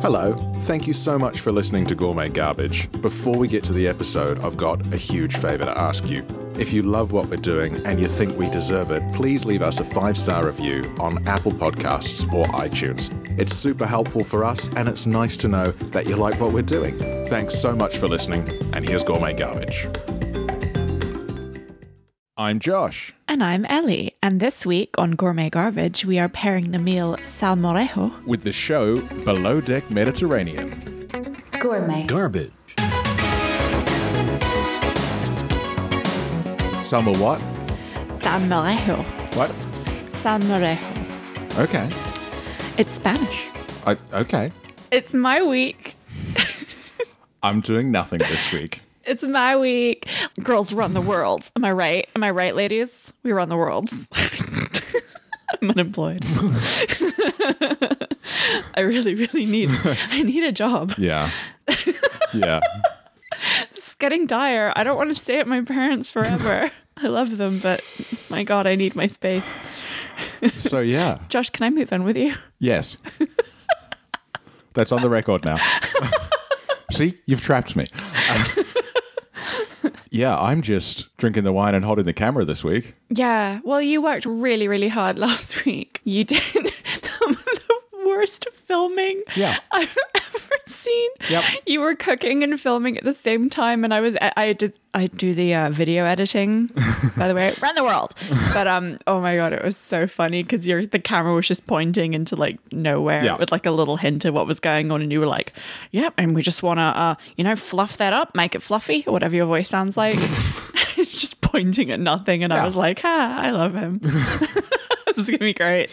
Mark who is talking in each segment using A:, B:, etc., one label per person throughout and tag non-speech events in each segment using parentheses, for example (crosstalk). A: Hello, thank you so much for listening to Gourmet Garbage. Before we get to the episode, I've got a huge favour to ask you. If you love what we're doing and you think we deserve it, please leave us a five star review on Apple Podcasts or iTunes. It's super helpful for us, and it's nice to know that you like what we're doing. Thanks so much for listening, and here's Gourmet Garbage. I'm Josh.
B: And I'm Ellie, and this week on Gourmet Garbage, we are pairing the meal Salmorejo.
A: with the show Below Deck Mediterranean.
C: Gourmet.
D: Garbage.
A: Summer what?
B: Salmorejo.
A: What?
B: Salmorejo.
A: Okay.
B: It's Spanish.
A: I, okay.
B: It's my week.
A: I'm doing nothing this week.
B: It's my week. Girls run the world. Am I right? Am I right, ladies? We run the world. (laughs) I'm unemployed. (laughs) I really, really need I need a job.
A: Yeah. Yeah.
B: It's getting dire. I don't want to stay at my parents forever. I love them, but my god, I need my space.
A: So, yeah.
B: Josh, can I move in with you?
A: Yes. That's on the record now. (laughs) See, you've trapped me. (laughs) Um, yeah, I'm just drinking the wine and holding the camera this week.
B: Yeah. Well, you worked really, really hard (laughs) last week. You did (laughs) the worst filming
A: Yeah.
B: I've (laughs) ever seen.
A: Yep.
B: You were cooking and filming at the same time, and I was I did I do the uh,
A: (laughs)
B: video editing. by the way, around the world. But um, oh my god, it was so funny because your the camera was just pointing into like nowhere
A: Yeah.
B: with like a little hint of what was going on, and you were like, "Yep," and we just want to uh, you know, fluff that up, make it fluffy, or whatever your voice sounds like. (laughs) just pointing at nothing, and
A: Yeah.
B: I was like, "Ah, I love him." (laughs) this is gonna be great.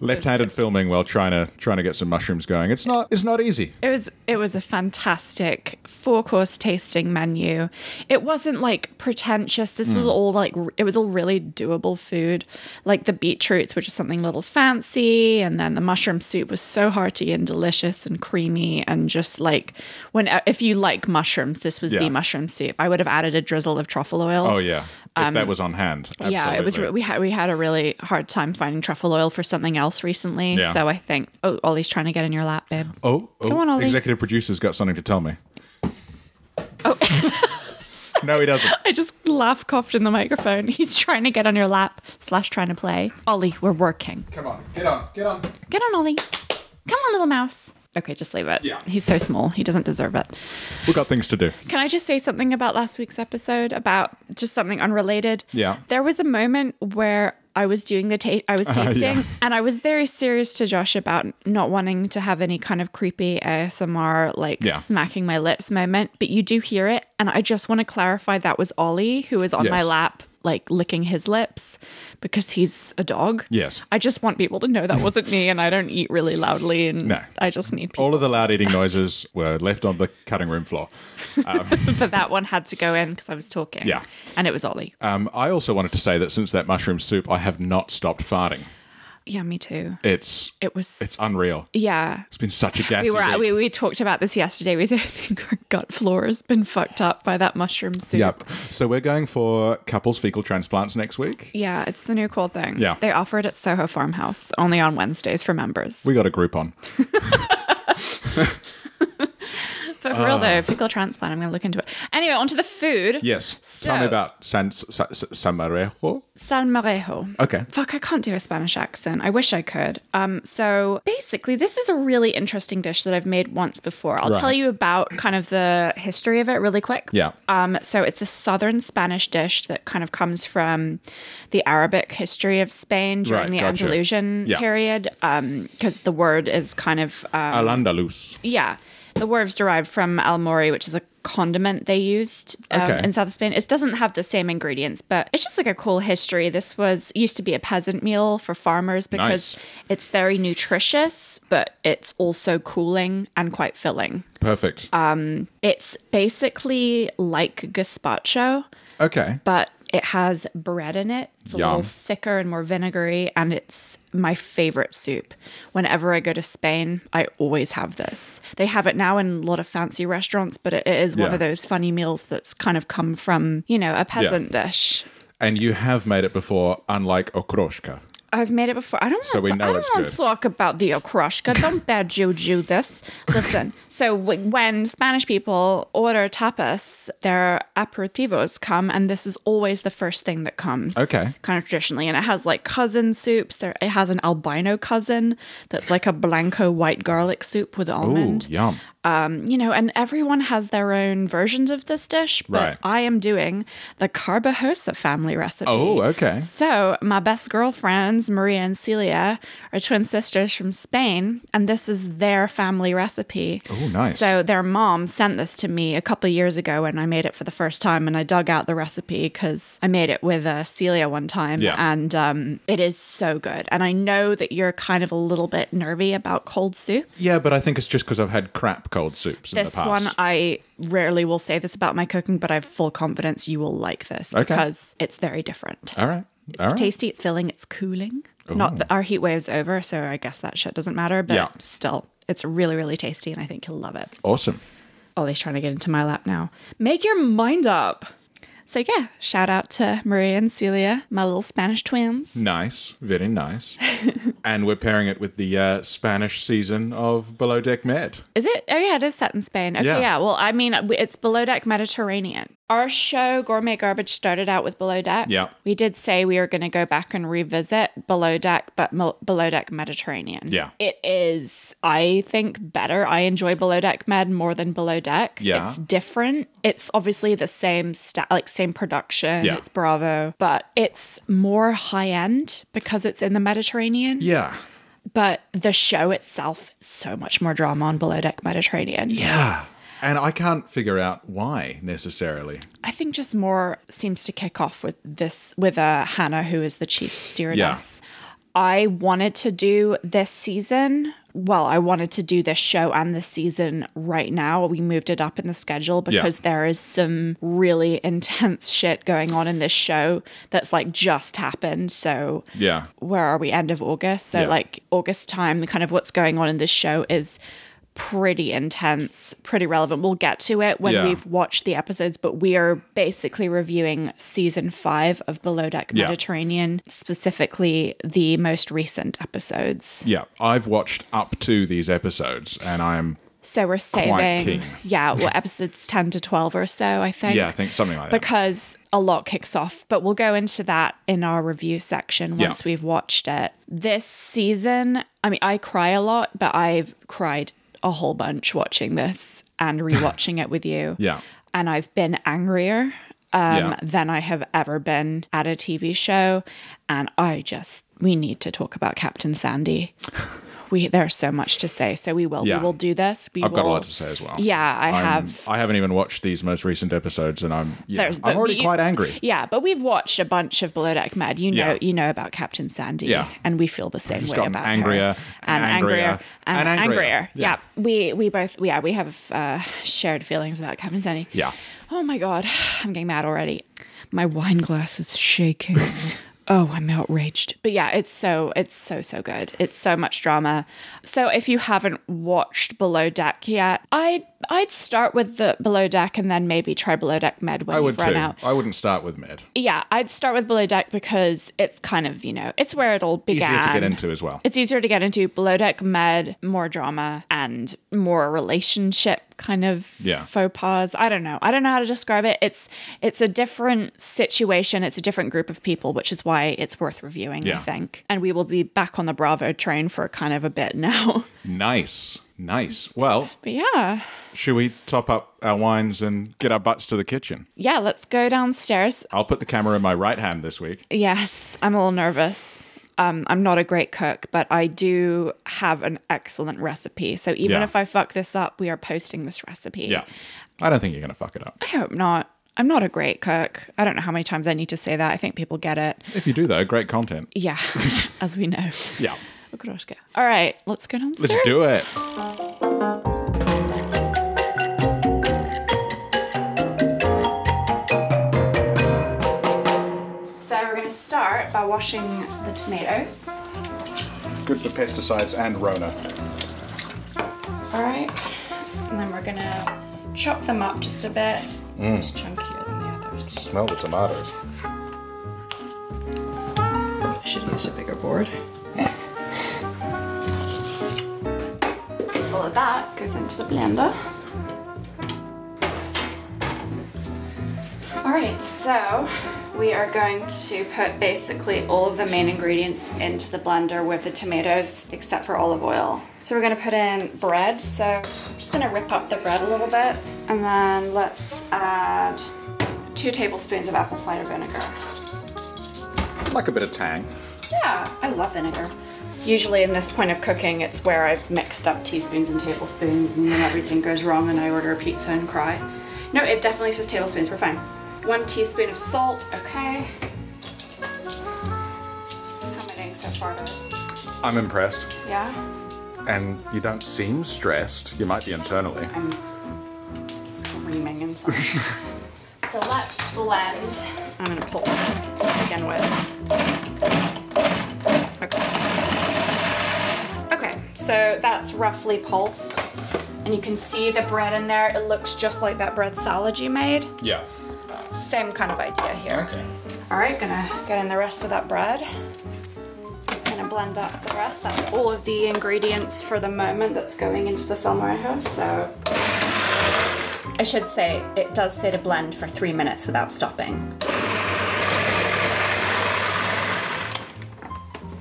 A: Left-handed filming while trying to trying to get some mushrooms going. It's not it's not easy.
B: It was it was a fantastic four course tasting menu. It wasn't like pretentious. This
A: Mm.
B: was all like r- it was all really doable food. Like the beetroots were just something a little fancy, and then the mushroom soup was so hearty and delicious and creamy and just like when uh, if you like mushrooms, this was
A: Yeah.
B: the mushroom soup. I would have added a drizzle of truffle oil.
A: Oh yeah. If that was on hand. Absolutely.
B: um, Yeah, it was. re- We had we had a really hard time finding truffle oil for something else recently.
A: Yeah.
B: So I think oh, Ollie's trying to get in your lap, babe.
A: Oh, oh
B: on, Ollie.
A: executive producer's got something to tell me.
B: (laughs)
A: Oh. no, he doesn't.
B: I just laugh coughed in the microphone. (laughs) He's trying to get on your lap slash trying to play. Ollie, we're working.
A: Come on, get on, get on.
B: Get on, Ollie. Come on, little mouse. Okay, just leave it.
A: Yeah.
B: He's so small. He doesn't deserve it.
A: We've got things to do.
B: Can I just say something about last week's episode about just something unrelated?
A: Yeah.
B: There was a moment where I was doing the taste, I was
A: Uh-huh, yeah.
B: tasting, and I was very serious to Josh about not wanting to have any kind of creepy ASMR, like
A: Yeah.
B: smacking my lips moment. But you do hear it, and I just want to clarify that was Ollie who was on my
A: Yes.
B: lap, like licking his lips, because he's a dog.
A: Yes.
B: I just want people to know that wasn't me, and I don't eat really loudly, and
A: No. Oh.
B: I just need people.
A: All of the loud eating noises were left on the cutting room floor.
B: but that one had to go in because I was talking.
A: Yeah.
B: And it was Ollie.
A: Um, I also wanted to say that since that mushroom soup, I have not stopped farting.
B: Yeah, me too.
A: It's
B: It was
A: it's unreal.
B: yeah.
A: It's been such a gassy
B: We were at,
A: week.
B: we, we talked about this yesterday. We (laughs) said I think our gut flora has been fucked up by that mushroom soup.
A: Yep. So we're going for couples fecal transplants next week.
B: Yeah, it's the new cool thing.
A: Yeah.
B: They offer it at Soho Farmhouse only on Wednesdays for members.
A: We got a group on.
B: But
A: Ah.
B: for real though, fecal transplant, I'm going to look into it. Anyway, onto the food.
A: Yes. Tell me
B: So-
A: about San Sa- Sa- Samarejo.
B: Salmorejo.
A: Okay.
B: Fuck, I can't do a Spanish accent. I wish I could. Um, so basically, this is a really interesting dish that I've made once before. I'll
A: Right.
B: tell you about kind of the history of it really quick.
A: Yeah.
B: Um, so it's a southern Spanish dish that kind of comes from the Arabic history of Spain during
A: Right,
B: the
A: gotcha.
B: Andalusian
A: Yeah.
B: period, because the word is kind of uh,
A: Al Andalus.
B: yeah. The word's derived from almori, which is a condiment they used um,
A: Okay.
B: in south of Spain. It doesn't have the same ingredients, but it's just like a cool history. This was used to be a peasant meal for farmers because
A: Nice.
B: it's very nutritious, but it's also cooling and quite filling.
A: Perfect.
B: Uh, It's basically like gazpacho,
A: okay.
B: but it has bread in it. It's a little
A: Yum.
B: thicker and more vinegary, and it's my favorite soup. Whenever I go to Spain, I always have this. They have it now in a lot of fancy restaurants, but it it is one
A: Yeah.
B: of those funny meals that's kind of come from, you know, a peasant dish.
A: And you have made it before, unlike okroshka.
B: I've made it before. I don't want
A: So we
B: to,
A: know
B: I don't
A: it's
B: want
A: good.
B: to talk about the Okroshka.
A: (laughs)
B: Don't bad juju this. Listen, so w- when Spanish people order tapas, their aperitivos come, and this is always the first thing that comes.
A: Okay.
B: Kind of traditionally. And it has like cousin soups. There, It has an albino cousin that's like a blanco white garlic soup with
A: Ooh,
B: almond
A: yum.
B: you know, and everyone has their own versions of this dish, but
A: Right.
B: I am doing the Carbajosa family recipe.
A: Oh, okay.
B: So, my best girlfriends, Maria and Celia, are twin sisters from Spain, and this is their family recipe.
A: Oh, nice.
B: So, their mom sent this to me a couple of years ago when I made it for the first time, and I dug out the recipe because I made it with uh, Celia one time,
A: Yeah.
B: and um, it is so good. And I know that you're kind of a little bit nervy about cold soup.
A: Yeah, but I think it's just because I've had crap cold soups in
B: This
A: the past.
B: one, I rarely will say this about my cooking, but I have full confidence you will like this
A: Okay.
B: because it's very different.
A: All right.
B: It's
A: All right.
B: tasty, it's filling, it's cooling. Not that our heat wave's over, so I guess that shit doesn't matter, but
A: Yeah.
B: still, it's really, really tasty, and I think you'll love it.
A: awesome.
B: Oh, he's trying to get into my lap now. Make your mind up. So, yeah, shout out to Maria and Celia, my little Spanish twins.
A: Nice. Very
B: (laughs)
A: nice. and we're pairing it with the uh, Spanish season of Below Deck Med.
B: Is it? Oh, yeah, it is set in Spain. Okay,
A: Yeah.
B: yeah. Well, I mean, w- it's Below Deck Mediterranean. Our show, Gourmet Garbage, started out with Below Deck.
A: Yeah.
B: We did say we were going to go back and revisit Below Deck, but Mel- Below Deck Mediterranean.
A: Yeah.
B: It is, I think, better. I enjoy Below Deck Med more than Below Deck.
A: Yeah.
B: It's different. It's obviously the same, sta- like, same production.
A: Yeah.
B: It's Bravo, but it's more high end because it's in the Mediterranean
A: Yeah.
B: but the show itself so much more drama on below deck mediterranean
A: Yeah. And I can't figure out why necessarily.
B: i think just more seems to kick off with this with uh, hannah who is the chief stewardess i wanted to do this season well i wanted to do this show and this season right now we moved it up in the schedule because there is some really (laughs) intense shit going on in this show that's like just happened so
A: Yeah.
B: where are we end of august so
A: Yeah.
B: like august time the kind of what's going on in this show is pretty intense pretty relevant we'll get to it when
A: Yeah.
B: we've watched the episodes but we are basically reviewing season five of below deck
A: Yeah.
B: mediterranean specifically the most recent episodes
A: Yeah. I've watched up to these episodes and I'm,
B: so we're
A: keen.
B: saving
A: (laughs)
B: yeah well episodes 10 to 12 or so i think
A: yeah, I think something like that.
B: because a lot kicks off, but we'll go into that in our review section
A: Yeah.
B: once we've watched it. This season, I mean, I cry a lot, but I've cried a whole bunch watching this
A: (laughs)
B: and rewatching it with you.
A: Yeah.
B: And I've been angrier um,
A: Yeah.
B: than I have ever been at a TV show. And I just, we need to talk about Captain
A: (laughs)
B: Sandy. We, there's so much to say, so we will.
A: Yeah.
B: We will do this. We
A: I've
B: will,
A: got a lot to say as well.
B: Yeah, I
A: I'm-
B: have.
A: I haven't even watched these most recent episodes, and I'm yeah,
B: There's-
A: I'm
B: but
A: already
B: you-
A: quite angry.
B: Yeah, but we've watched a bunch of Below Deck Mad. You know,
A: Yeah.
B: you know about Captain Sandy.
A: Yeah.
B: and we feel the same
A: It's
B: way
A: gotten
B: about
A: angrier
B: her. and angrier, and, angrier. Yeah. we we both yeah we have uh, shared feelings about Captain Sandy.
A: Yeah.
B: Oh my god, (sighs) I'm getting mad already. My wine glass is
A: (laughs)
B: shaking. Oh, I'm outraged. But yeah, it's so it's so so good. It's so much drama. So if you haven't watched Below Deck yet, I'd I'd start with the Below Deck and then maybe try Below Deck Med when
A: I
B: you've
A: would
B: run
A: too.
B: out
A: I wouldn't start with med.
B: yeah, I'd start with Below Deck because it's kind of, you know, it's where it all
A: Easier
B: began.
A: to get into as well.
B: It's easier to get into Below Deck Med, more drama and more relationship kind of
A: Yeah.
B: faux pas. I don't know. I don't know how to describe it. It's it's a different situation. It's a different group of people, which is why it's worth reviewing,
A: Yeah.
B: I think. And we will be back on the Bravo train for kind of a bit now. (laughs)
A: Nice, nice. Well,
B: but yeah.
A: should we top up our wines and get our butts to the kitchen?
B: Yeah, let's go downstairs.
A: I'll put the camera in my right hand this week.
B: Yes, I'm a little nervous. Um, I'm not a great cook, but I do have an excellent recipe. So even
A: Yeah.
B: if I fuck this up, we are posting this recipe.
A: Yeah, I don't think you're gonna fuck it up.
B: I hope not. I'm not a great cook. I don't know how many times I need to say that. I think people get it.
A: If you do though, great
B: (laughs)
A: content.
B: Yeah, as we know.
A: Yeah,
B: Okroshka. All right, let's go downstairs.
A: let's do it.
B: So we're going to start by washing the tomatoes.
A: Good for pesticides and Rona.
B: All right, and then we're going to chop them up just a bit. It's
A: Mm.
B: much chunkier than the others.
A: Smell the tomatoes.
E: Should use a bigger board.
B: All of that goes into the blender. All right, so we are going to put basically all of the main ingredients into the blender with the tomatoes, except for olive oil. So we're gonna put in bread. So I'm just gonna rip up the bread a little bit, and then let's add two tablespoons of apple cider vinegar.
A: Like a bit of tang.
B: Yeah, I love vinegar. Usually, in this point of cooking, it's where I've mixed up teaspoons and tablespoons, and then everything goes wrong, and I order a pizza and cry. No, it definitely says tablespoons. We're fine. One teaspoon of salt. Okay. Commenting so far, though.
A: I'm impressed.
B: Yeah.
A: And you don't seem stressed. You might be internally.
B: Screaming inside. so let's blend. I'm gonna pull to begin with. Okay. Okay. So that's roughly pulsed. And you can see the bread in there. It looks just like that bread salad you made.
A: Yeah.
B: Same kind of idea here.
A: Okay.
B: All right, gonna get in the rest of that bread. Gonna blend up the rest. That's all of the ingredients for the moment that's going into the salmorejo. So I should say it does say to blend for three minutes without stopping.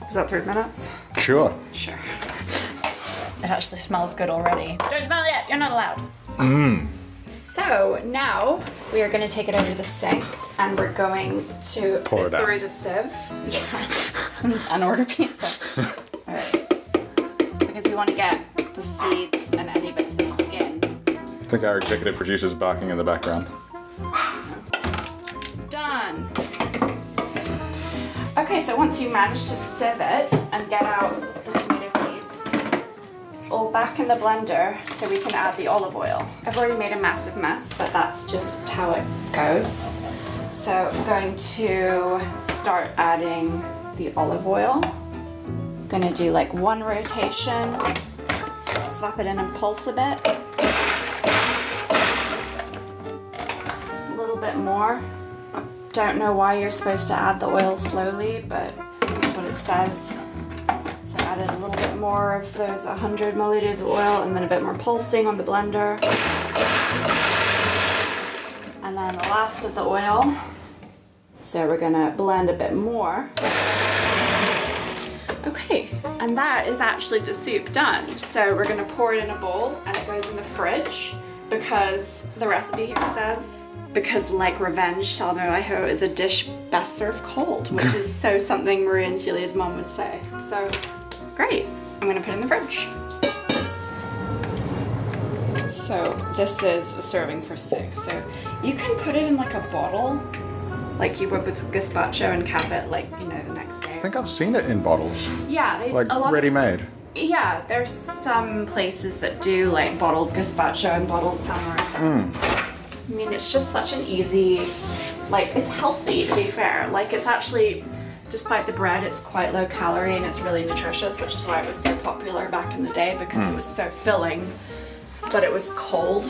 B: Is that three minutes?
A: Sure.
B: Sure. It actually smells good already. Don't smell it. You're not allowed.
A: Mm.
B: So now we are going to take it over to the sink and we're going to
A: Pour
B: put
A: it out.
B: through the sieve. Yeah. (laughs) and
A: (laughs)
B: order pizza. All right. Because we want to get the seeds and any bits of skin.
A: I think our executive producer's barking in the background.
B: Done. Okay, so once you manage to sieve it and get out the tomato seeds, it's all back in the blender so we can add the olive oil. I've already made a massive mess, but that's just how it goes. So I'm going to start adding the olive oil. Gonna do like one rotation, slap it in and pulse a bit. A little bit more. I don't know why you're supposed to add the oil slowly, but that's what it says. So I added a little bit more of those 100 milliliters of oil and then a bit more pulsing on the blender. And then the last of the oil. So we're gonna blend a bit more. Okay, and that is actually the soup done. So we're gonna pour it in a bowl and it goes in the fridge because the recipe here says because like revenge, salmorejo is a dish best served cold, which
A: (laughs)
B: is so something Maria and Celia's mom would say. So great, I'm gonna put it in the fridge. So this is a serving for six. So you can put it in like a bottle, like you would with gazpacho and cap it like you know the next day.
A: I think I've seen it in bottles,
B: Yeah, they,
A: like
B: a lot of-
A: ready-made.
B: yeah, there's some places that do like bottled gazpacho and bottled summer. I mean, it's just such an easy, like it's healthy to be fair. Like it's actually, despite the bread, it's quite low calorie and it's really nutritious, which is why it was so popular back in the day because it was so filling, but it was cold.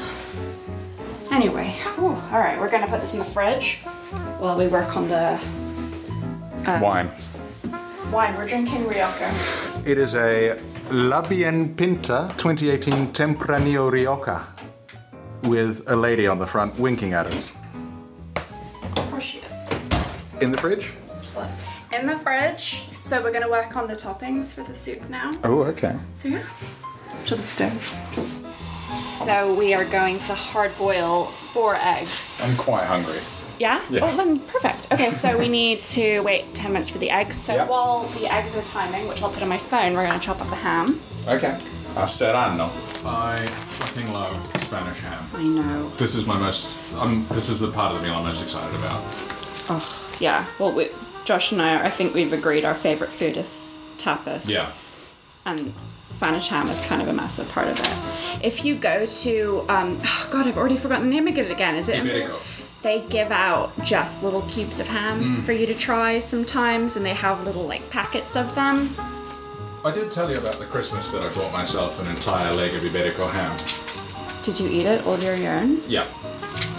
B: Anyway, whew, all right, we're gonna put this in the fridge while we work on the Uh,
A: Wine.
B: wine. We're drinking Rioja.
A: It is a La Bien Pinta 2018 Tempranillo Rioja with a lady on the front winking at us.
B: Of course she is.
A: In the fridge?
B: in the fridge. So we're gonna work on the toppings for the soup now.
A: Oh, okay.
B: So yeah, to the stove. So we are going to hard boil four eggs.
A: I'm quite hungry.
B: Yeah?
A: Yeah.
B: Oh, then perfect. Okay, so we need to wait 10 minutes for the eggs. So
A: Yeah.
B: while the eggs are timing, which I'll put on my phone, we're gonna chop up the ham.
A: Okay. Serrano. I fucking love Spanish ham.
B: I know.
A: This is my most. Um, this is the part of the meal I'm most excited about.
B: Yeah, well, we, Josh and I, I think we've agreed our favorite food is tapas.
A: Yeah.
B: and Spanish ham is kind of a massive part of it. If you go to, um, (sighs) oh God, I've already forgotten the name of it again. Is it?
A: Iberico.
B: They give out just little cubes of ham for you to try sometimes, and they have little like packets of them.
A: I did tell you about the Christmas that I bought myself an entire leg of Iberico ham.
B: Did you eat it all your own?
A: Yeah.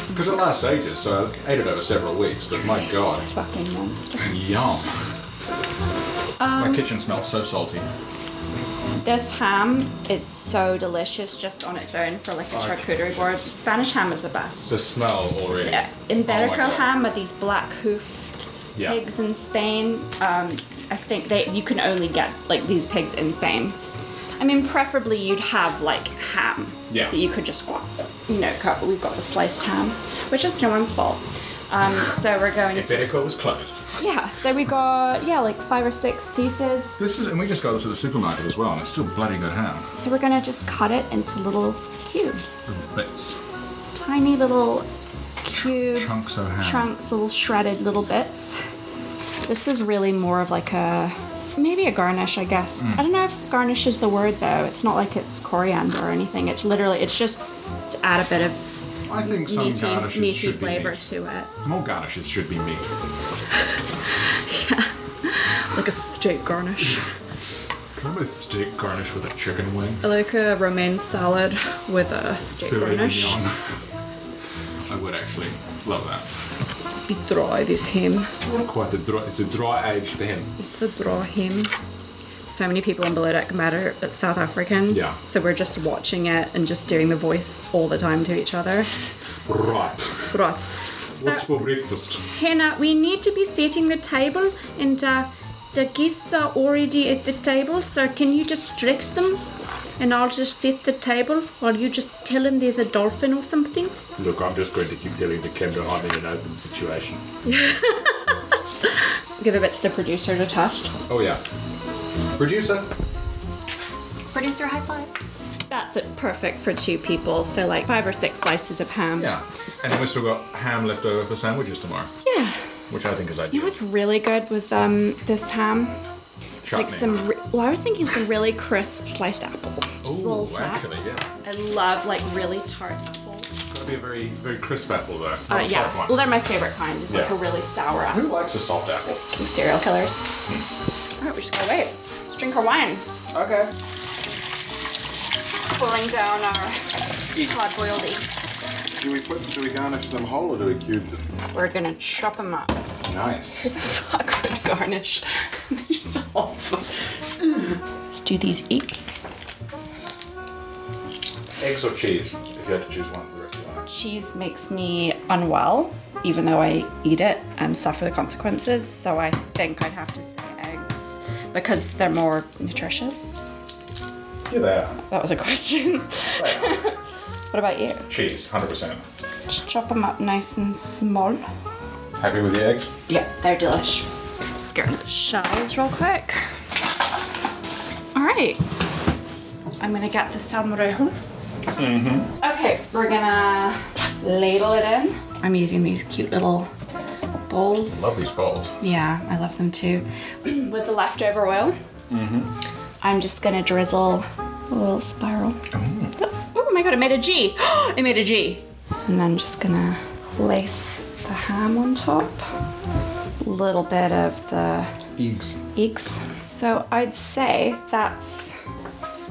A: Because it lasts ages, so I ate it over several weeks, but my god,
B: Fucking monster.
A: yum. My kitchen smells so salty.
B: This ham is so delicious just on its own for like a charcuterie board. Spanish ham is the best.
A: The smell already.
B: Yeah, uh, In Better
A: Oh my
B: Crow
A: God.
B: ham are these black hoofed
A: Yeah.
B: pigs in Spain. Um, I think they you can only get like these pigs in Spain. I mean, preferably you'd have like ham
A: Yeah.
B: that you could just you know cut. But we've got the sliced ham, which is no one's fault. Um, so we're going
A: If
B: to
A: Better Call was closed.
B: yeah. So we got yeah like five or six pieces.
A: This is, and we just got this at the supermarket as well, and it's still bloody good ham.
B: So we're gonna just cut it into little cubes.
A: Bits.
B: tiny little cubes,
A: Chunks of ham.
B: chunks, little shredded little bits. This is really more of like a maybe a garnish, I guess.
A: Hmm.
B: I don't know if garnish is the word though. It's not like it's coriander or anything. It's literally it's just to add a bit of
A: I think some
B: meaty,
A: garnishes
B: meaty
A: should
B: flavor
A: be meat.
B: to it,
A: More garnishes should be meat.
B: like a steak garnish,
A: Remember steak garnish with a chicken wing?
B: like a romaine salad with a steak
A: Filet
B: garnish.
A: mignon. (laughs) I would actually love that.
B: It's be dry this him.
A: It's not quite the dry. It's a dry aged hen.
B: to draw him. So many people in Below Deck Matter that's South African.
A: Yeah.
B: So we're just watching it and just doing the voice all the time to each other.
A: Right.
B: Right.
A: What's
B: So,
A: for breakfast?
B: Hannah, we need to be setting the table, and uh, the guests are already at the table. So can you just direct them, and I'll just set the table while you just tell them there's a dolphin or something.
F: Look, I'm just going to keep telling the camera I'm in an open situation.
B: Give a bit to the producer to touch.
A: Oh yeah. Producer.
B: Producer high five. That's it, perfect for two people. So like five or six slices of ham.
A: Yeah. And then we've still got ham left over for sandwiches tomorrow,
B: Yeah.
A: which I think is
B: You
A: ideal.
B: know what's really good with um this ham? It's like
A: Chutney.
B: some. Re- well, I was thinking some really crisp sliced apple. Just a little
A: Ooh,
B: smack.
A: actually, yeah.
B: I love like really tart apples.
A: It's gonna be a very, very crisp apple though. Not
B: Uh,
A: a
B: yeah,
A: soft one.
B: well, they're my favorite kind. It's like
A: Yeah.
B: a really sour
A: Who
B: apple.
A: likes a soft apple?
B: Serial killers.
A: Hmm.
B: All right, we just gotta wait. Let's drink our wine.
A: Okay.
B: Cooling down our hard boiled eggs.
G: Do we put? Do we garnish them whole or do we cube them?
B: We're gonna chop them up.
A: Nice.
B: (laughs) Fuck with garnish. (laughs) They're so awful. Let's do these eggs.
A: Eggs or cheese, if you had to choose one for the rest of your life.
B: cheese makes me unwell, even though I eat it and suffer the consequences. So I think I'd have to say eggs because they're more nutritious.
A: Yeah, they are.
B: That was a (laughs) question. what about you?
A: (laughs) Cheese, 100%.
B: Just chop them up nice and small.
A: Happy with the eggs?
B: Yeah, they're delish. Garnish shells real quick. All right. I'm gonna get the salmon Mm-hmm. Okay, we're gonna ladle it in. I'm using these cute little bowls.
A: Love these bowls.
B: Yeah, I love them too. (clears throat) With the leftover oil, I'm just gonna drizzle a little spiral. That's oh my god, it made a G. (gasps) it made a G. And then just gonna lace the ham on top. Little bit of the
A: Eggs.
B: eggs. So I'd say that's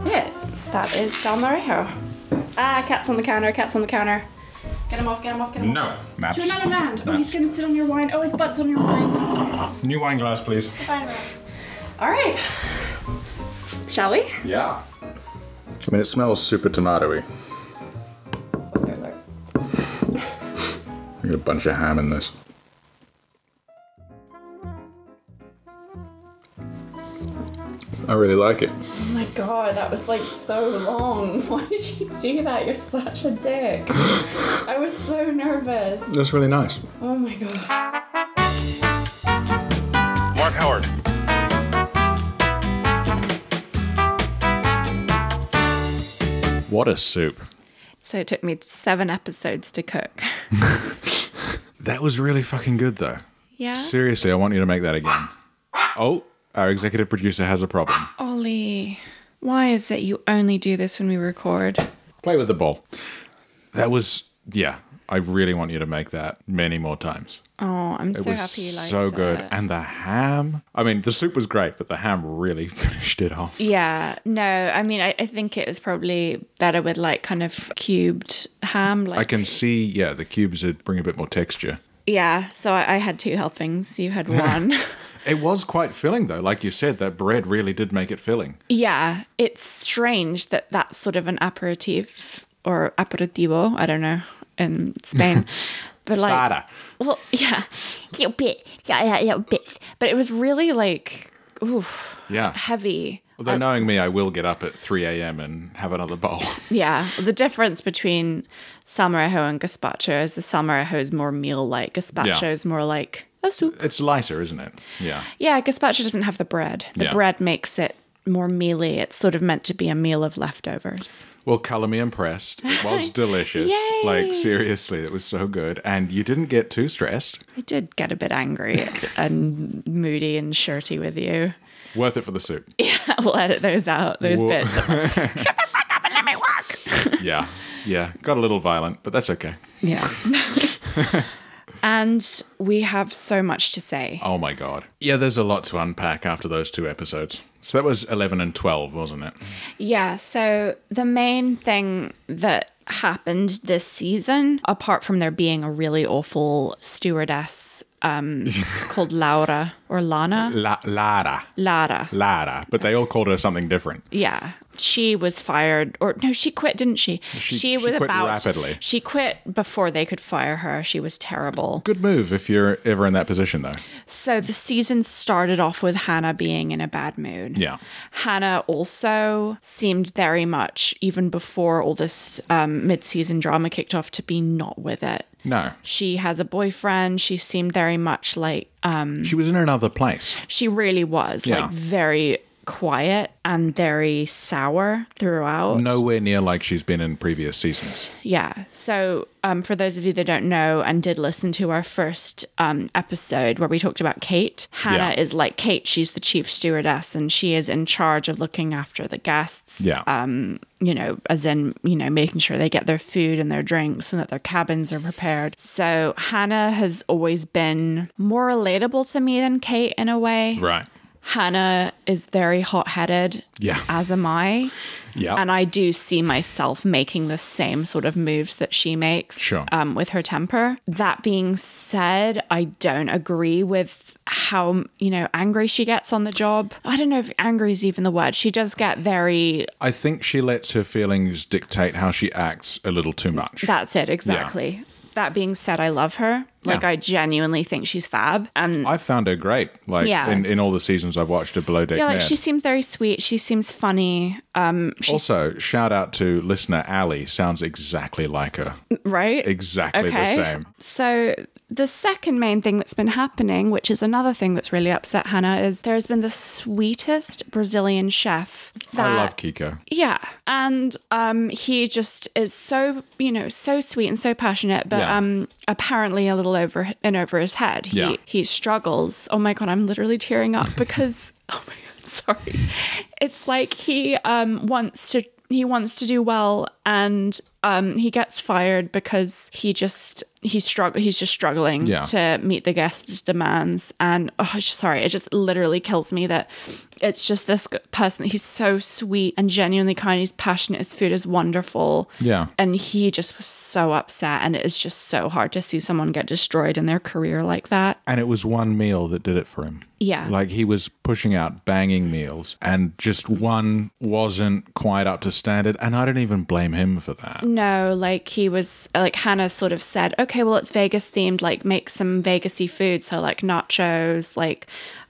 B: it. That is Salmorejo. Ah, cat's on the counter. Cat's on the counter. Get him off. Get him off. Get him off.
A: No, maps.
B: To another land. Oh,
A: Maps.
B: he's gonna sit on your wine. Oh, his butt's on your wine.
A: New wine glass, please.
B: All right. Shall we?
A: Yeah.
G: I mean, it smells super tomatoey.
B: Spoiler alert.
G: I got a bunch of ham in this. I really like it.
B: Oh my god, that was like
H: (laughs)
B: so long. Why did you do that? You're such
H: (gasps)
B: a dick. I was so nervous.
G: That's really nice.
B: Oh my god.
F: Mark Howard.
A: What a soup.
H: So it took me seven episodes to cook.
A: That was really fucking good though.
H: (laughs) Yeah.
A: Seriously, I want you to make that again. Oh, our executive producer has a problem.
H: Ollie, why is it you only do this when we record?
A: Play with the bowl. That was, yeah, I really want you to make that many more times.
H: Oh, I'm
A: It
H: so
A: was
H: happy you liked
A: so good.
H: it.
A: And the ham. I mean, the soup was great, but the ham really (laughs) finished it off.
H: Yeah, no, I mean, I, I think it was probably better with like kind of cubed ham. Like,
A: I can see, yeah, the cubes would bring a bit more texture. (laughs)
H: yeah, so I, I had two helpings, you had one.
A: It was quite filling, though. Like you said, that bread really did make it filling.
B: Yeah, it's strange that that's sort of an aperitif or aperitivo. I don't know in
A: (laughs)
B: Spain, but like,
A: Starter.
B: well, yeah, little bit, yeah, yeah, little bit. But it was really like, oof,
A: Yeah.
B: heavy.
A: Although, knowing me, I will get up at 3 a.m. and have another bowl. (laughs)
B: Yeah, the difference between Samarejo and gazpacho is the Samarejo is more meal-like, gazpacho
A: Yeah.
B: is more like a soup.
A: it's lighter, isn't it? Yeah.
B: Yeah, gazpacho doesn't have the bread. The
A: Yeah.
B: bread makes it more mealy. It's sort of meant to be a meal of leftovers.
A: Well, color me impressed. It was delicious. like, seriously, it was so good. And you didn't get too stressed.
B: I did get a bit angry and moody and shirty with you. (laughs)
A: Worth it for the soup.
B: We'll edit those out, those
A: Wha-
B: bits.
A: yeah. Yeah. Got a little violent, but that's okay.
B: Yeah. and we have so much to say.
A: Oh, my God. Yeah, there's a lot to unpack after those two episodes. So that was 11 and 12, wasn't it?
B: Yeah, so the main thing that happened this season, apart from there being a really awful stewardess um, called Laura or Lana,
A: La- Lara.
B: Lara.
A: Lara. But they all called her something different.
B: Yeah. She was fired or no, she quit, didn't she? She,
A: she
B: was
A: quit
B: about
A: rapidly.
B: She quit before they could fire her. She was terrible.
A: Good move if you're ever in that position, though.
B: So the season started off with Hannah being in a bad mood.
A: Yeah.
B: Hannah also seemed very much, even before all this um, mid season drama kicked off, to be not with it.
A: No.
B: She has a boyfriend. She seemed very much like uh,
A: She was in another place.
B: she really was
A: Yeah.
B: like very quiet and very sour throughout.
A: Nowhere near like she's been in previous seasons.
B: Yeah. So, um, for those of you that don't know and did listen to our first um, episode where we talked about Kate, Hannah
A: Yeah.
B: is like Kate. She's the chief stewardess and she is in charge of looking after the guests. um,
A: Yeah.
B: You know, as in, you know, making sure they get their food and their drinks and that their cabins are prepared. So, Hannah has always been more relatable to me than Kate in a way.
A: right.
B: Hannah is very hot headed.
A: Yeah.
B: As am I.
A: Yeah.
B: And I do see myself making the same sort of moves that she makes
A: Sure.
B: um, with her temper. That being said, I don't agree with how, you know, angry she gets on the job. I don't know if angry is even the word. She does get very,
A: I think she lets her feelings dictate how she acts a little too much.
B: that's it, exactly. That being said, I love her. Like,
A: Yeah.
B: I genuinely think she's fab. And
A: I found her great. Like
B: Yeah.
A: in, in all the seasons I've watched of Below Deck.
B: yeah, like,
A: Ned.
B: she seems very sweet. She seems funny,
A: also, shout out to listener Ali. Sounds exactly like her.
B: right?
A: Exactly the same.
B: So the second main thing that's been happening, which is another thing that's really upset Hannah, is there has been the sweetest Brazilian chef that
A: I love Kiko.
B: yeah, and um, he just is so you know so sweet and so passionate, but
A: Yeah.
B: um, apparently a little over and over his head. He
A: Yeah.
B: he struggles. Oh my god, I'm literally
A: (laughs)
B: tearing up because oh my god, sorry. It's like he um wants to he wants to do well and um he gets fired because he just he struggle he's just struggling
A: Yeah.
B: to meet the guests' demands and oh it's just- sorry, it just literally kills me that it's just this g- person he's so sweet and genuinely kind he's passionate his food is wonderful
A: Yeah.
B: and he just was so upset and it's just so hard to see someone get destroyed in their career like that
A: And it was one meal that did it for him.
B: Yeah.
A: Like he was pushing out banging meals and just one wasn't quite up to standard. And I don't even blame him for that.
B: No, like he was like Hannah sort of said, okay, well it's Vegas themed, like make some Vegasy food, so like nachos, like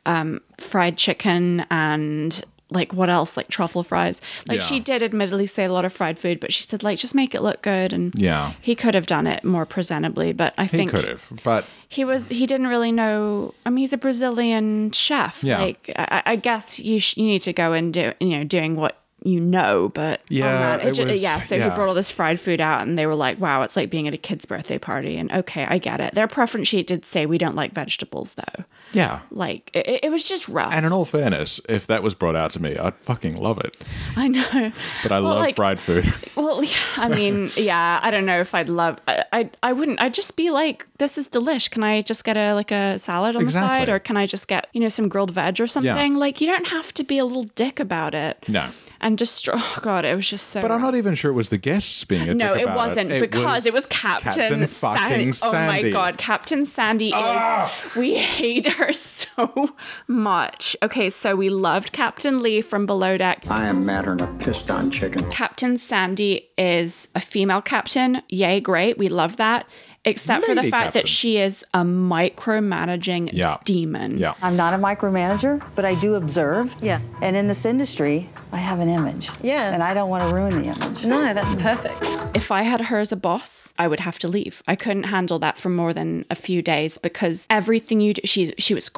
B: um, fried chicken, and like what else, like truffle fries. Like
A: Yeah.
B: she did admittedly say a lot of fried food, but she said like just make it look good, and
A: Yeah.
B: he could have done it more presentably, but I
A: He
B: think
A: could have. But
B: he was he didn't really know. I mean, he's a Brazilian chef.
A: Yeah.
B: Like I, I guess you sh- you need to go and do you know doing what you know, but oh,
A: Yeah,
B: man,
A: it
B: ju-
A: was-
B: yeah. So
A: yeah.
B: he brought all this fried food out, and they were like, "Wow, it's like being at a kid's birthday party." And okay, I get it. Their preference sheet did say we don't like vegetables, though.
A: yeah.
B: Like it, it was just rough.
A: And in all fairness, if that was brought out to me, I'd fucking love it.
B: (laughs) I know.
A: But I
B: Well,
A: love
B: like-
A: fried food. (laughs)
B: Well, (laughs) yeah, I mean, yeah, I don't know if I'd love. I, I, I wouldn't. I'd just be like, "This is delish. Can I just get a like a salad on the side,
A: Exactly.
B: or can I just get you know some grilled veg or something?" Like, you don't have to be a little dick about it.
A: No.
B: and destroy. Oh God, it was just so.
A: But I'm
B: rough.
A: not even sure it was the guests being a
B: No,
A: dick
B: it
A: about
B: wasn't because it was, Captain,
A: fucking
B: Sandy. Oh my
A: Sandy. Ah!
B: God, Captain Sandy is. We hate her (laughs) so much. Okay, so we loved Captain Lee from Below Deck.
I: I am madder than a pissed on chicken.
B: Captain Sandy is a female captain. Yay, great. We love that. Except for the
A: Lady
B: fact
A: captain.
B: that she is a micromanaging
A: Yeah.
B: demon.
A: Yeah.
J: I'm not a micromanager, but I do observe.
K: Yeah.
J: And in this industry, I have an image.
K: Yeah.
J: And I don't want to ruin the image.
K: No, that's perfect.
B: If I had her as a boss, I would have to leave. I couldn't handle that for more than a few days because everything you do, she she was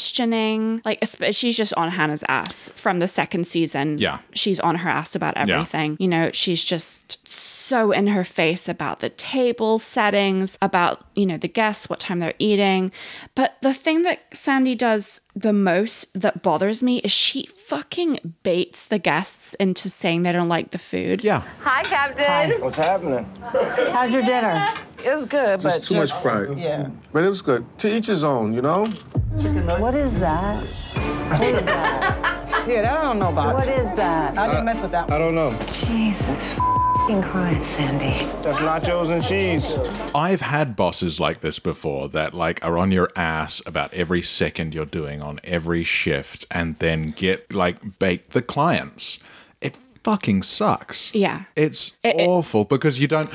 B: questioning. Like esp- she's just on Hannah's ass from the second season.
A: Yeah.
B: she's on her ass about
A: Yeah.
B: everything. You know, she's just so in her face about the table settings, about you know the guests, what time they're eating. But the thing that Sandy does the most that bothers me is she fucking baits the guests into saying they don't like the food.
A: Yeah.
C: Hi, Captain.
L: What's happening?
J: How's your dinner?
L: It's good, but
I: too much pride.
L: Yeah. But it was good. To each his own, you know?
J: What is
L: (laughs)
J: that? What is that?
L: Yeah, that I don't know about.
J: What is that? Uh,
L: I didn't mess with that
I: I don't know.
C: Jesus f***ing Christ, Sandy.
L: That's nachos and cheese.
A: I've had bosses like this before that like are on your ass about every second you're doing on every shift and then get like bait the clients. It fucking sucks.
B: Yeah.
A: It's awful because you don't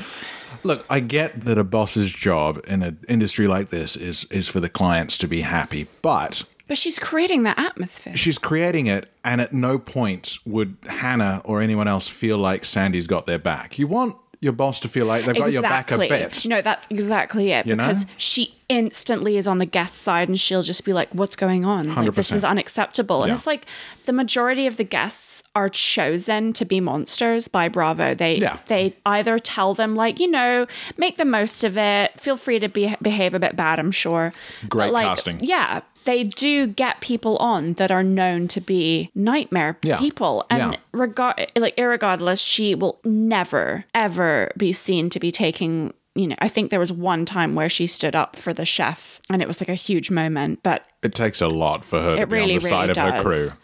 A: Look, I get that a boss's job in an industry like this is is for the clients to be happy, but
B: But she's creating that atmosphere.
A: she's creating it and at no point would Hannah or anyone else feel like Sandy's got their back. You want your boss to feel like they've got your back a bit.
B: No, that's exactly it.
A: You know?
B: because she instantly is on the guest side and she'll just be like, What's going on? Like, this
A: 100%.
B: is unacceptable. And
A: Yeah.
B: it's like the majority of the guests are chosen to be monsters by Bravo. They
A: Yeah.
B: they either tell them like, you know, make the most of it, feel free to be, behave a bit bad, I'm sure.
A: Great
B: like,
A: casting.
B: Yeah. They do get people on that are known to be nightmare
A: Yeah.
B: people. And
A: Yeah.
B: regard like irregardless, she will never ever be seen to be taking. You know, I think there was one time where she stood up for the chef, and it was like a huge moment. But
A: It takes a lot for her to
B: It
A: be
B: really,
A: on the side
B: really
A: of her crew.
B: does.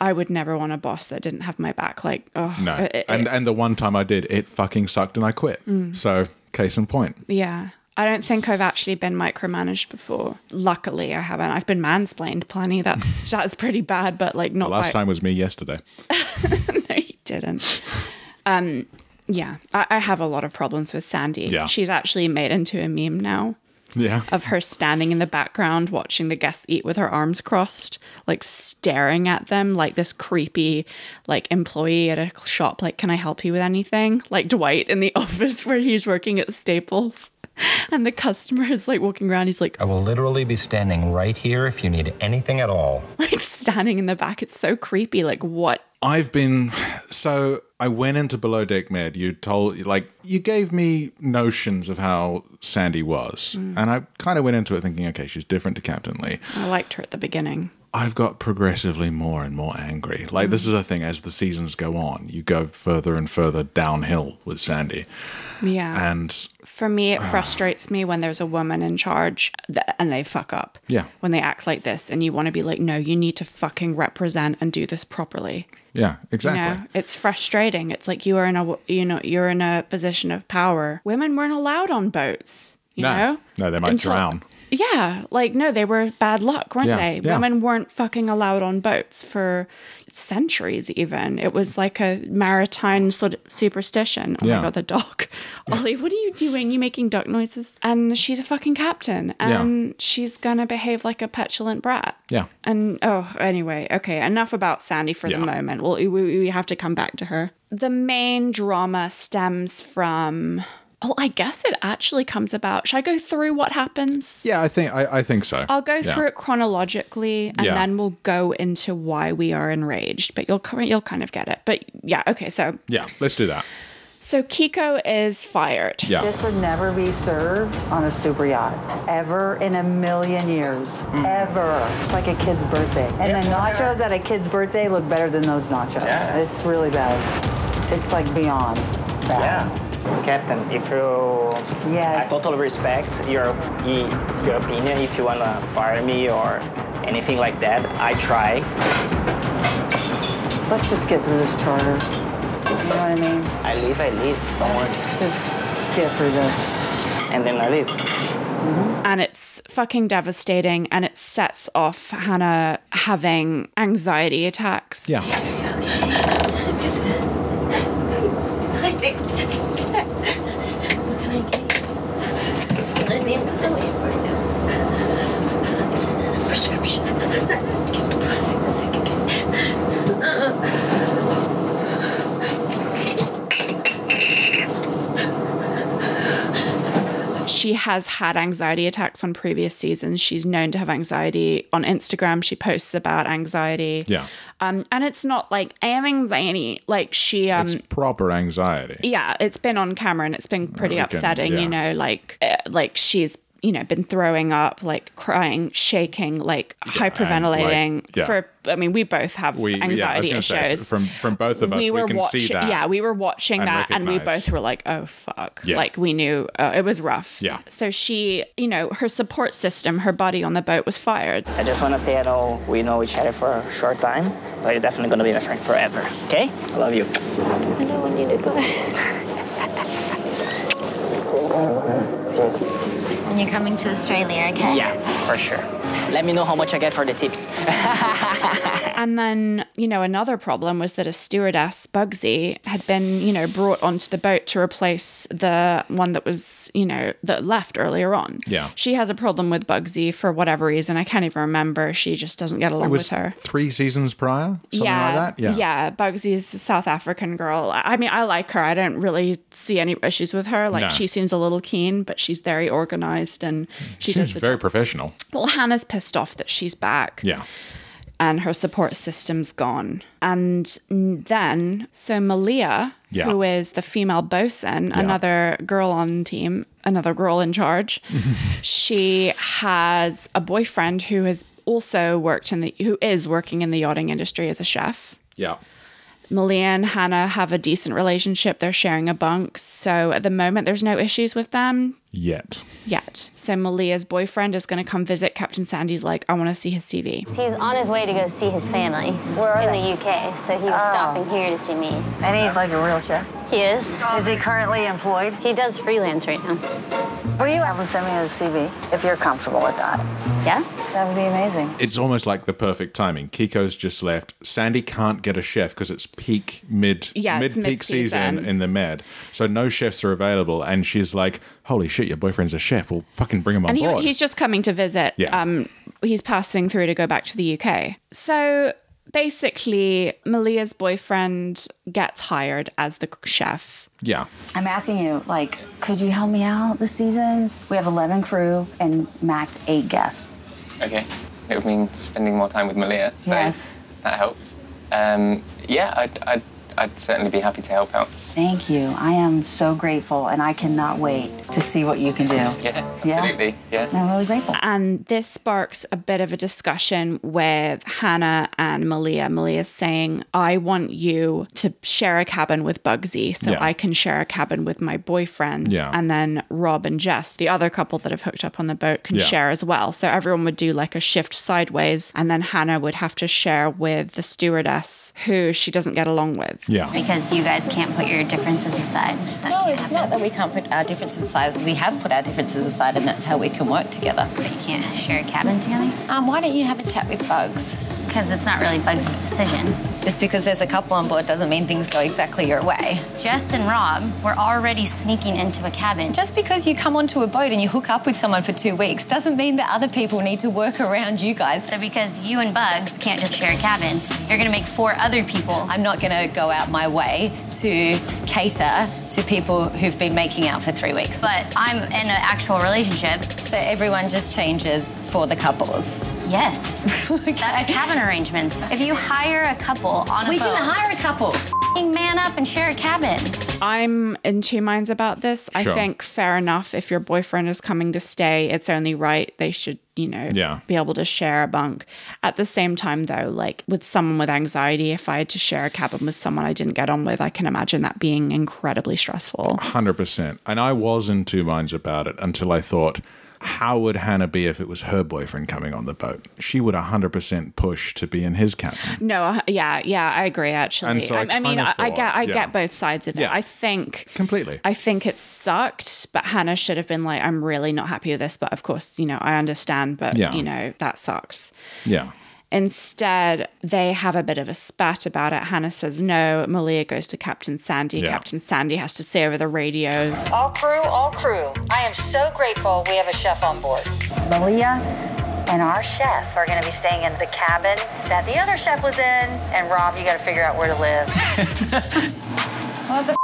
B: I would never want a boss that didn't have my back. Like, oh
A: No.
B: it- it- Mm.
A: and and the one time I did, it fucking sucked and I quit. So, case in point.
B: yeah. I don't think I've actually been micromanaged before. Luckily, I haven't. I've been mansplained plenty.
A: (laughs)
B: That's that's pretty bad, but like not
A: The last
B: by-
A: time was me yesterday.
B: (laughs) no, you didn't. Um, yeah, I, I have a lot of problems with Sandy.
A: Yeah.
B: She's actually made into a meme now
A: Yeah.
B: of her standing in the background watching the guests eat with her arms crossed, like staring at them like this creepy like employee at a shop like can I help you with anything? Like Dwight in the (laughs) office where he's working at Staples. (laughs) And the customer is like walking around. He's like, (laughs)
L: I will literally be standing right here if you need anything at all.
B: like standing in the back. It's so creepy. Like, what?
A: I've been so I went into below deck med. You told like you gave me notions of how Sandy was,
B: Mm.
A: and I kind of went into it thinking, okay, she's different to Captain Lee.
B: I liked her at the beginning.
A: I've got progressively more and more angry. Like
B: Mm.
A: this is a thing as the seasons go on, you go further and further downhill with Sandy,
B: Yeah.
A: and
B: For me, it frustrates me when there's a woman in charge th- and they fuck up.
A: Yeah.
B: When they act like this, and you want to be like, no, you need to fucking represent and do this properly.
A: yeah,
B: You
A: exactly.
B: know, it's frustrating. It's like you are in a w- you know you're in a position of power. Women weren't allowed on boats. You
A: No.
B: know,
A: No, they might drown.
B: Yeah, like no, they were bad luck, weren't
A: Yeah,
B: they?
A: yeah.
B: Women weren't fucking allowed on boats for centuries. Even it was like a maritime sort of superstition. Oh
A: Yeah.
B: my god, the dog, (laughs) Ollie, what are you doing? You making duck noises? And she's a fucking captain, and she's gonna behave like a petulant brat.
A: Yeah.
B: And oh, anyway, okay, enough about Sandy for
A: Yeah.
B: the moment. Well, we, we have to come back to her. The main drama stems from. Well, I guess it actually comes about. Should I go through what happens?
A: Yeah, I think I, I think so.
B: I'll go
A: Yeah.
B: through it chronologically, and
A: Yeah.
B: then we'll go into why we are enraged. But you'll co- you'll kind of get it. But yeah, okay. So
A: Yeah, let's do that.
B: so Kiko is fired.
A: Yeah.
J: This would never be served on a super yacht. Ever in a million years. Ever. It's like a kid's birthday. And the nachos at a kid's birthday look better than those nachos. It's really bad. It's like beyond bad.
L: Captain, if you
J: Yes.
L: respect your your opinion, if you wanna fire me or anything like that, I try.
J: Let's just get through this charter. You know what I mean?
L: I leave, I leave. Don't worry.
J: Just get through this.
L: And then I leave.
B: and it's fucking devastating and it sets off Hannah having anxiety attacks.
K: Yeah.
C: (laughs) I think What can I get you? (laughs) I need Valium right now. This is not a prescription. (laughs) Keep depressing the sick again.
B: She has had anxiety attacks on previous seasons. She's known to have anxiety on Instagram. She posts about anxiety.
A: Yeah.
B: Um, and it's not like I am anxiety. Like she um
A: It's proper anxiety.
B: yeah, it's been on camera and it's been pretty
A: we can-
B: upsetting,
A: Oh, yeah.
B: you know, like uh, like she's you know been throwing up, like crying, shaking, like hyperventilating
A: like, yeah.
B: for I mean, we both have
A: We- yeah, I was
B: anxiety
A: gonna say,
B: issues.
A: from- from both of us, we can see
B: watching,
A: that
B: Yeah, we were watching
A: and
B: that and we
A: recognize.
B: both were like, "Oh fuck."
A: Yeah.
B: Like we knew uh, it was rough.
A: Yeah.
B: So she, you know, her support system, her buddy on the boat was fired.
L: I just want to say I know we know each other for a short time, but you're definitely going to be my friend forever. Okay? I love you.
C: I don't want you to go. And you're coming to Australia, okay?
L: Yeah, for sure. Let me know how much I get for the tips.
B: And then, you know, another problem was that a stewardess, Bugsy, had been, you know, brought onto the boat to replace the one that was, you know, that left earlier on.
A: Yeah.
B: She has a problem with Bugsy for whatever reason. I can't even remember. She just doesn't get along
A: It was
B: with her.
A: three seasons prior, something like that.
B: yeah. Bugsy is a South African girl. I I mean, I like her. I don't really see any issues with her. Like,
A: No.
B: she seems a little keen, but she's very organized and she
A: Seems
B: does the
A: very
B: job.
A: professional.
B: Well, Hannah's pissed off that she's back
A: Yeah.
B: and her support system's gone. And then, so Malia,
A: Yeah.
B: who is the female bosun, another girl on team, another girl in charge,
A: (laughs)
B: she has a boyfriend who has also worked in the who is working in the yachting industry as a chef.
A: Yeah.
B: Malia and Hannah have a decent relationship. They're sharing a bunk. So at the moment there's no issues with them
A: Yet.
B: yet. So Malia's boyfriend is gonna come visit. Captain Sandy's like, I wanna see his CV.
C: He's on his way to go see his family
J: Where are
C: in
J: they? Oh.
C: the UK, so he was stopping here to see me.
J: And he's like a real chef.
C: He is.
J: Is he currently employed?
C: He does freelance right now.
J: Will you have him send me his CV if you're comfortable with that?
C: Yeah?
J: That would be amazing.
A: It's almost like the perfect timing. Kiko's just left. Sandy can't get a chef because it's peak mid
B: Yeah,
A: mid
B: it's
A: peak
B: mid-season.
A: season in the med. So no chefs are available, and she's like, "Holy shit, your boyfriend's a chef. We'll fucking bring him on
B: And
A: board."
B: he, he's just coming to visit.
A: Yeah.
B: Um, he's passing through to go back to the UK. So basically, Malia's boyfriend gets hired as the chef.
A: yeah,
M: I'm asking you, like, could you help me out this season? We have 11 crew and max eight guests.
L: Okay. It would mean spending more time with Malia, so
M: Yes.
L: that helps. Um, yeah, I'd, I'd, I'd certainly be happy to help out.
M: Thank you. I am so grateful, and I cannot wait to see what you can do.
L: Yeah,
M: Yeah.
L: absolutely. Yeah.
M: I'm really grateful.
B: And this sparks a bit of a discussion with Hannah and Malia. Malia's saying, I want you to share a cabin with Bugsy so
A: Yeah.
B: I can share a cabin with my boyfriend.
A: Yeah.
B: And then Rob and Jess, the other couple that have hooked up on the boat, can
A: Yeah.
B: share as well. So everyone would do like a shift sideways. And then Hannah would have to share with the stewardess who she doesn't get along with.
A: yeah,
C: Because you guys can't put your differences aside.
M: No, it's not that we can't put our differences aside. We have put our differences aside, and that's how we can work together.
C: But you can't share a cabin together.
M: Um, why don't you have a chat with Bugs?
C: Because it's not really Bugs' decision.
M: Just because there's a couple on board doesn't mean things go exactly your way.
C: Jess and Rob were already sneaking into a cabin.
M: Just because you come onto a boat and you hook up with someone for two weeks doesn't mean that other people need to work around you guys.
C: So because you and Bugs can't just share a cabin, you're gonna make four other people.
M: I'm not going to go out my way to cater to people who've been making out for three weeks.
C: But I'm in an actual relationship.
M: So everyone just changes for the couples.
C: (laughs) Yes.
M: Okay.
C: That's cabin arrangements. If you hire a couple on a
M: We
C: boat,
M: didn't hire a couple.
C: f***ing man up and share a cabin.
B: I'm in two minds about this. I
A: Sure.
B: think fair enough. If your boyfriend is coming to stay, it's only right they should, you know,
A: Yeah.
B: be able to share a bunk. At the same time, though, like with someone with anxiety, if I had to share a cabin with someone I didn't get on with, I can imagine that being incredibly stressful.
A: hundred percent. And I was in two minds about it until I thought, how would Hannah be if it was her boyfriend coming on the boat? She would 100% push to be in his cabin.
B: No, uh, yeah, yeah, I agree. Actually,
A: And so I
B: I, I mean,
A: kinda
B: I, I get,
A: thought,
B: I
A: yeah.
B: get both sides of it.
A: Yeah.
B: I think
A: Completely.
B: I think it sucked, but Hannah should have been like, "I'm really not happy with this," but of course, you know, I understand, but
A: Yeah.
B: you know, that sucks.
A: yeah.
B: Instead, they have a bit of a spat about it. Hannah says no. Malia goes to Captain Sandy.
A: Yeah.
B: Captain Sandy has to say over the radio,
C: All crew, all crew. I am so grateful we have a chef on board.
M: Malia and
J: Our
M: our
J: chef are going to be staying in the cabin that the other chef was in. And Rob, you got to figure out where to live.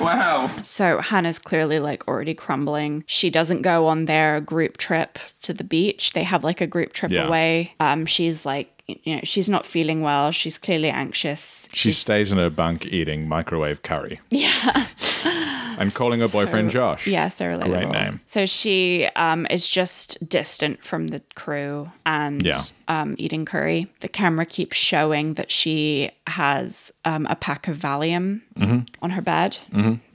K: Wow.
B: So Hannah's clearly like already crumbling. She doesn't go on their group trip to the beach. They have like a group trip
A: Yeah.
B: away. Um, she's like, you know, she's not feeling well. She's clearly anxious.
A: She stays in her bunk eating microwave curry. Yeah. and calling her boyfriend Josh.
B: Yeah, so relatable.
A: Great name.
B: So she um, is just distant from the crew and
A: Yeah.
B: um, eating curry. The camera keeps showing that she has um, a pack of Valium
A: Mm-hmm.
B: on her bed.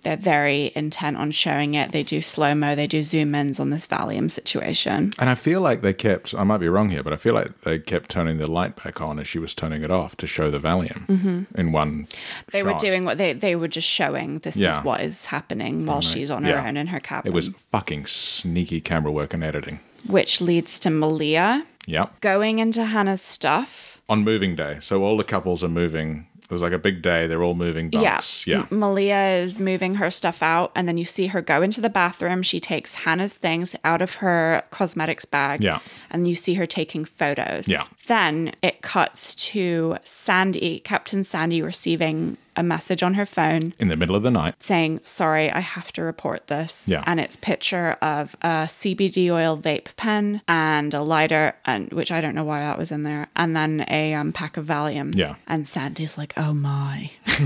B: They're very intent on showing it. They do slow mo. They do zoom ins on this Valium situation.
A: And I feel like they kept, I might be wrong here, but I feel like they kept turning the light back on as she was turning it off to show the Valium in one
B: Mm-hmm. They were
A: shot.
B: doing what they they were just showing. This
A: Yeah.
B: is what is happening while she's on her
A: Yeah.
B: own in her cabin.
A: It was fucking sneaky camera work and editing.
B: which leads to Malia
A: Yeah.
B: going into Hannah's stuff.
A: On moving day. So all the couples are moving. It was like a big day. They're all moving bunks. Yeah.
B: M- Malia is moving her stuff out, and then you see her go into the bathroom. She takes Hannah's things out of her cosmetics bag.
A: Yeah.
B: And you see her taking photos.
A: Yeah.
B: Then it cuts to Sandy, Captain Sandy, receiving a message on her phone
A: In the middle of the night.
B: saying, Sorry, I have to report this.
A: Yeah.
B: And it's picture of a CBD oil vape pen and a lighter, and which I don't know why that was in there, and then a um, pack of Valium.
A: Yeah.
B: And Sandy's like, Oh my. (laughs)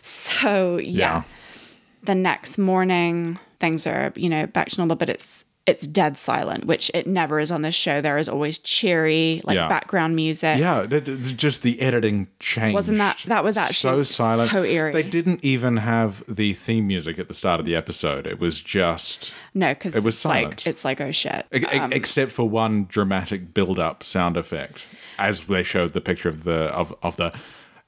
B: so, yeah. The next morning, things are, you know, back to normal, but it's, it's dead silent, which it never is on this show. There is always cheery, like
A: Yeah.
B: background music.
A: Yeah, th- th- th- just the editing changed.
B: Wasn't that- that was
A: so
B: actually
A: silent,
B: so eerie.
A: They didn't even have the theme music at the start of the episode. It was just,
B: No, because
A: It was
B: it's
A: silent.
B: like it's like oh shit.
A: e- e- except for one dramatic build-up sound effect, as they showed the picture of the of of the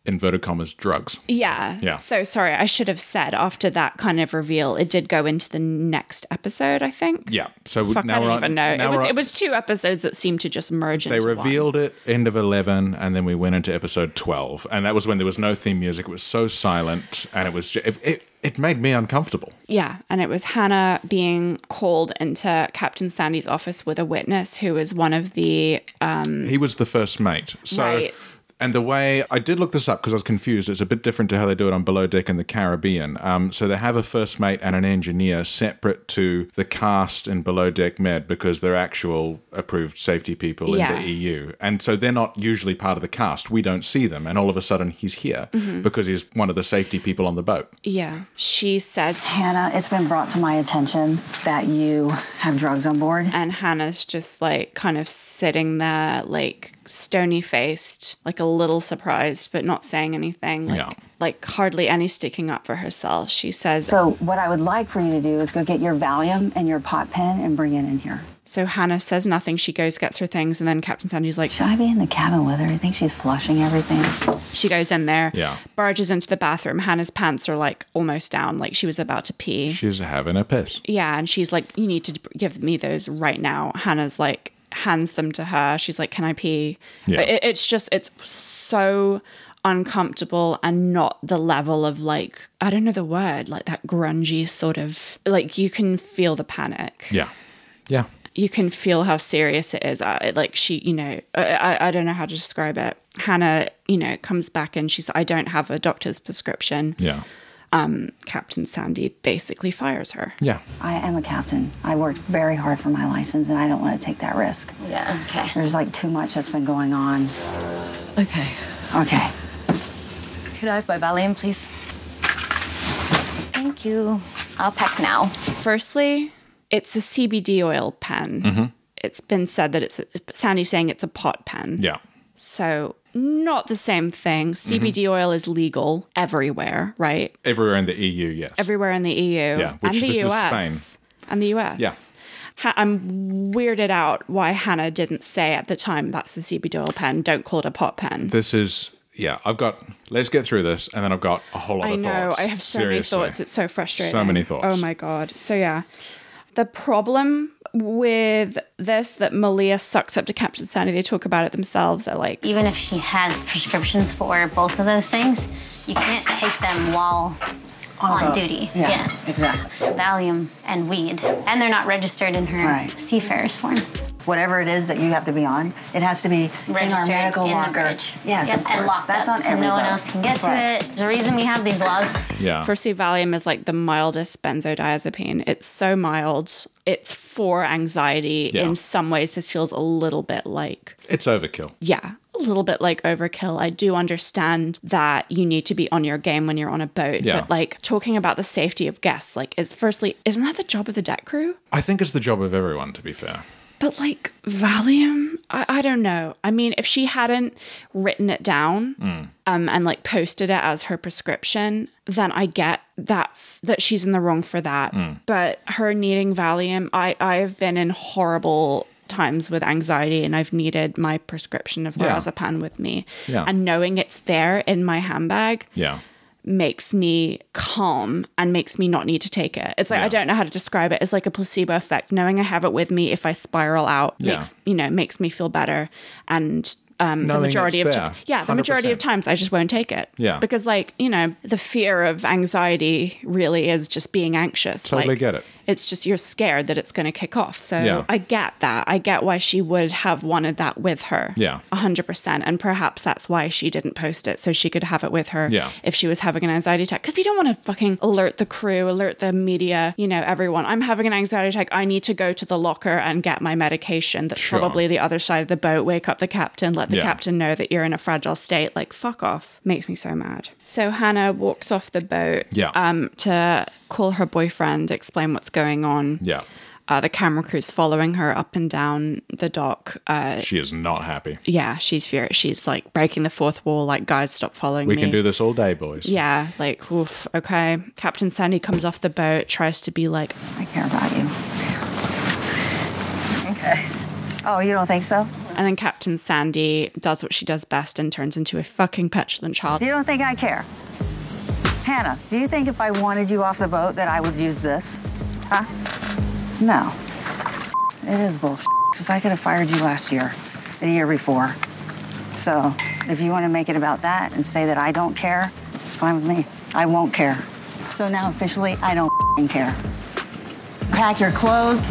A: inverted commas drugs.
B: Yeah.
A: Yeah.
B: So sorry, I should have said after that kind of reveal, it did go into the next episode, I think.
A: Yeah, so we-
B: Fuck,
A: now
B: I
A: we're
B: don't
A: on,
B: even know.
A: now
B: It was
A: we're on-
B: it was two episodes that seemed to just merge
A: They
B: into
A: revealed it end of eleven, and then we went into episode twelve, and that was when there was no theme music. It was so silent, and it was ju- it, it, it made me uncomfortable.
B: One. Yeah, and it was Hannah being called into Captain Sandy's office with a witness who is one of the
A: He was the first mate. So,
B: Right.
A: and the way I did look this up because I was confused. It's a bit different to how they do it on Below Deck in the Caribbean. Um, so they have a first mate and an engineer separate to the cast in Below Deck Med because they're actual approved safety people
B: Yeah.
A: in the EU, and so they're not usually part of the cast. We don't see them, and all of a sudden he's here
B: Mm-hmm.
A: because he's one of the safety people on the boat.
B: yeah. She says
M: Hannah, it's been brought to my attention that you have drugs on board.
B: and Hannah's just like kind of sitting there like stony faced, like a little surprised but not saying anything. Like
A: Yeah.
B: like hardly any sticking up for herself. She says
M: So, what I would like for you to do is go get your Valium and your pot pen and bring it in here.
B: So Hannah says nothing. She goes, gets her things, and then Captain Sandy's like,
M: Should I be in the cabin with her? I think she's flushing everything.
B: she goes in there,
A: Yeah.
B: barges into the bathroom. Hannah's pants are like almost down, like she was about to pee.
A: She's having a piss.
B: Yeah, and she's like, you need to d- give me those right now. Hannah's like, hands them to her. She's like, can I pee?
A: Yeah.
B: It- it's just, it's so uncomfortable and not the level of like, I don't know the word, like that grungy sort of, like you can feel the panic.
A: Yeah, yeah.
B: you can feel how serious it is. I, like she, you know, I, I, I don't know how to describe it. Hannah, you know, comes back and she's, I don't have a doctor's prescription.
A: Yeah.
B: Captain Sandy basically fires her.
A: Yeah.
M: I am a captain. I worked very hard for my license and I don't want to take that risk.
C: Yeah, okay.
M: There's like too much that's been going on.
C: Okay.
M: Okay.
C: Could I have my Valium, please? Thank you. I'll pack now.
B: Firstly, it's a CBD oil pen. It's been said that it's, a, Sandy's saying it's a pot pen.
A: Yeah.
B: So, not the same thing. CBD oil is legal everywhere, right?
A: Everywhere in the EU, yes.
B: Everywhere in the EU
A: Yeah, which
B: and the
A: this is
B: US.
A: Spain.
B: and the US.
A: Yeah.
B: Ha- I'm weirded out why Hannah didn't say at the time that's a CB Doyle pen, don't call it a pot pen.
A: This is yeah. I've got. Let's get through this, and then I've got a whole lot
B: I
A: of
B: know.
A: thoughts.
B: I have so
A: Seriously.
B: many thoughts. It's so frustrating.
A: So many thoughts.
B: Oh my god. So yeah, the problem with this that Malia sucks up to Captain Sandy. They talk about it themselves. They're like,
C: Even if she has prescriptions for both of those things, you can't take them while on duty.
M: Yeah, exactly.
C: Valium and weed. And they're not registered in her
M: Right.
C: seafarer's form.
M: Whatever it is that you have to be on, it has to be in our
C: Registered
M: medical
C: in the
M: locker.
C: bridge.
M: Yes,
C: Yep,
M: of course.
C: And locked
M: That's
C: up
M: on
C: so no one
M: everybody.
C: else can get
M: That's right.
C: to it. There's a reason we have these laws.
A: Yeah.
B: firstly, Valium is like the mildest benzodiazepine. It's so mild. It's for anxiety.
A: Yeah.
B: In some ways, this feels a little bit like
A: it's overkill.
B: yeah, a little bit like overkill. I do understand that you need to be on your game when you're on a boat,
A: Yeah.
B: but like talking about the safety of guests, like is firstly, isn't that the job of the deck crew?
A: I think it's the job of everyone, to be fair.
B: But like Valium, I, I don't know. I mean, if she hadn't written it down
A: Mm.
B: um, and like posted it as her prescription, then I get that's that she's in the wrong for that.
A: Mm.
B: But her needing Valium, I I have been in horrible times with anxiety and I've needed my prescription of
A: Yeah.
B: lorazepam with me.
A: Yeah.
B: And knowing it's there in my handbag
A: Yeah.
B: makes me calm and makes me not need to take it. It's like
A: Yeah.
B: I don't know how to describe it. It's like a placebo effect. Knowing I have it with me if I spiral out
A: Yeah.
B: makes you know makes me feel better and um, the
A: Knowing
B: majority
A: it's
B: of
A: there,
B: ti- yeah the majority of
A: 100%.
B: times I just won't take it
A: Yeah.
B: because like you know the fear of anxiety really is just being anxious
A: Totally
B: like,
A: get it.
B: it's just you're scared that it's going to kick off so
A: Yeah.
B: I get that I get why she would have wanted that with her
A: Yeah.
B: 100% and perhaps that's why she didn't post it so she could have it with her
A: Yeah.
B: if she was having an anxiety attack because you don't want to fucking alert the crew alert the media you know everyone i'm having an anxiety attack i need to go to the locker and get my medication that's
A: Sure.
B: probably the other side of the boat wake up the captain let the
A: Yeah.
B: captain know that you're in a fragile state like fuck off makes me so mad so hannah walks off the boat
A: Yeah.
B: um, to call her boyfriend explain what's going on
A: Yeah.
B: uh, the camera crew's following her up and down the dock uh,
A: She is not happy.
B: yeah, she's furious. She's like breaking the fourth wall, like, guys, stop following
A: We
B: me.
A: can do this all day, boys.
B: Yeah, like, oof, okay. Captain Sandy comes off the boat, tries to be like,
M: I care about you. Okay. Oh, you don't think so?
B: and then Captain Sandy does what she does best and turns into a fucking petulant child.
M: You don't think I care? Hannah, do you think if I wanted you off the boat that I would use this? Huh? No. It is bullshit. Because I could have fired you last year, the year before. So if you want to make it about that and say that I don't care, it's fine with me. I won't care. So now officially, I don't fing care. Pack your clothes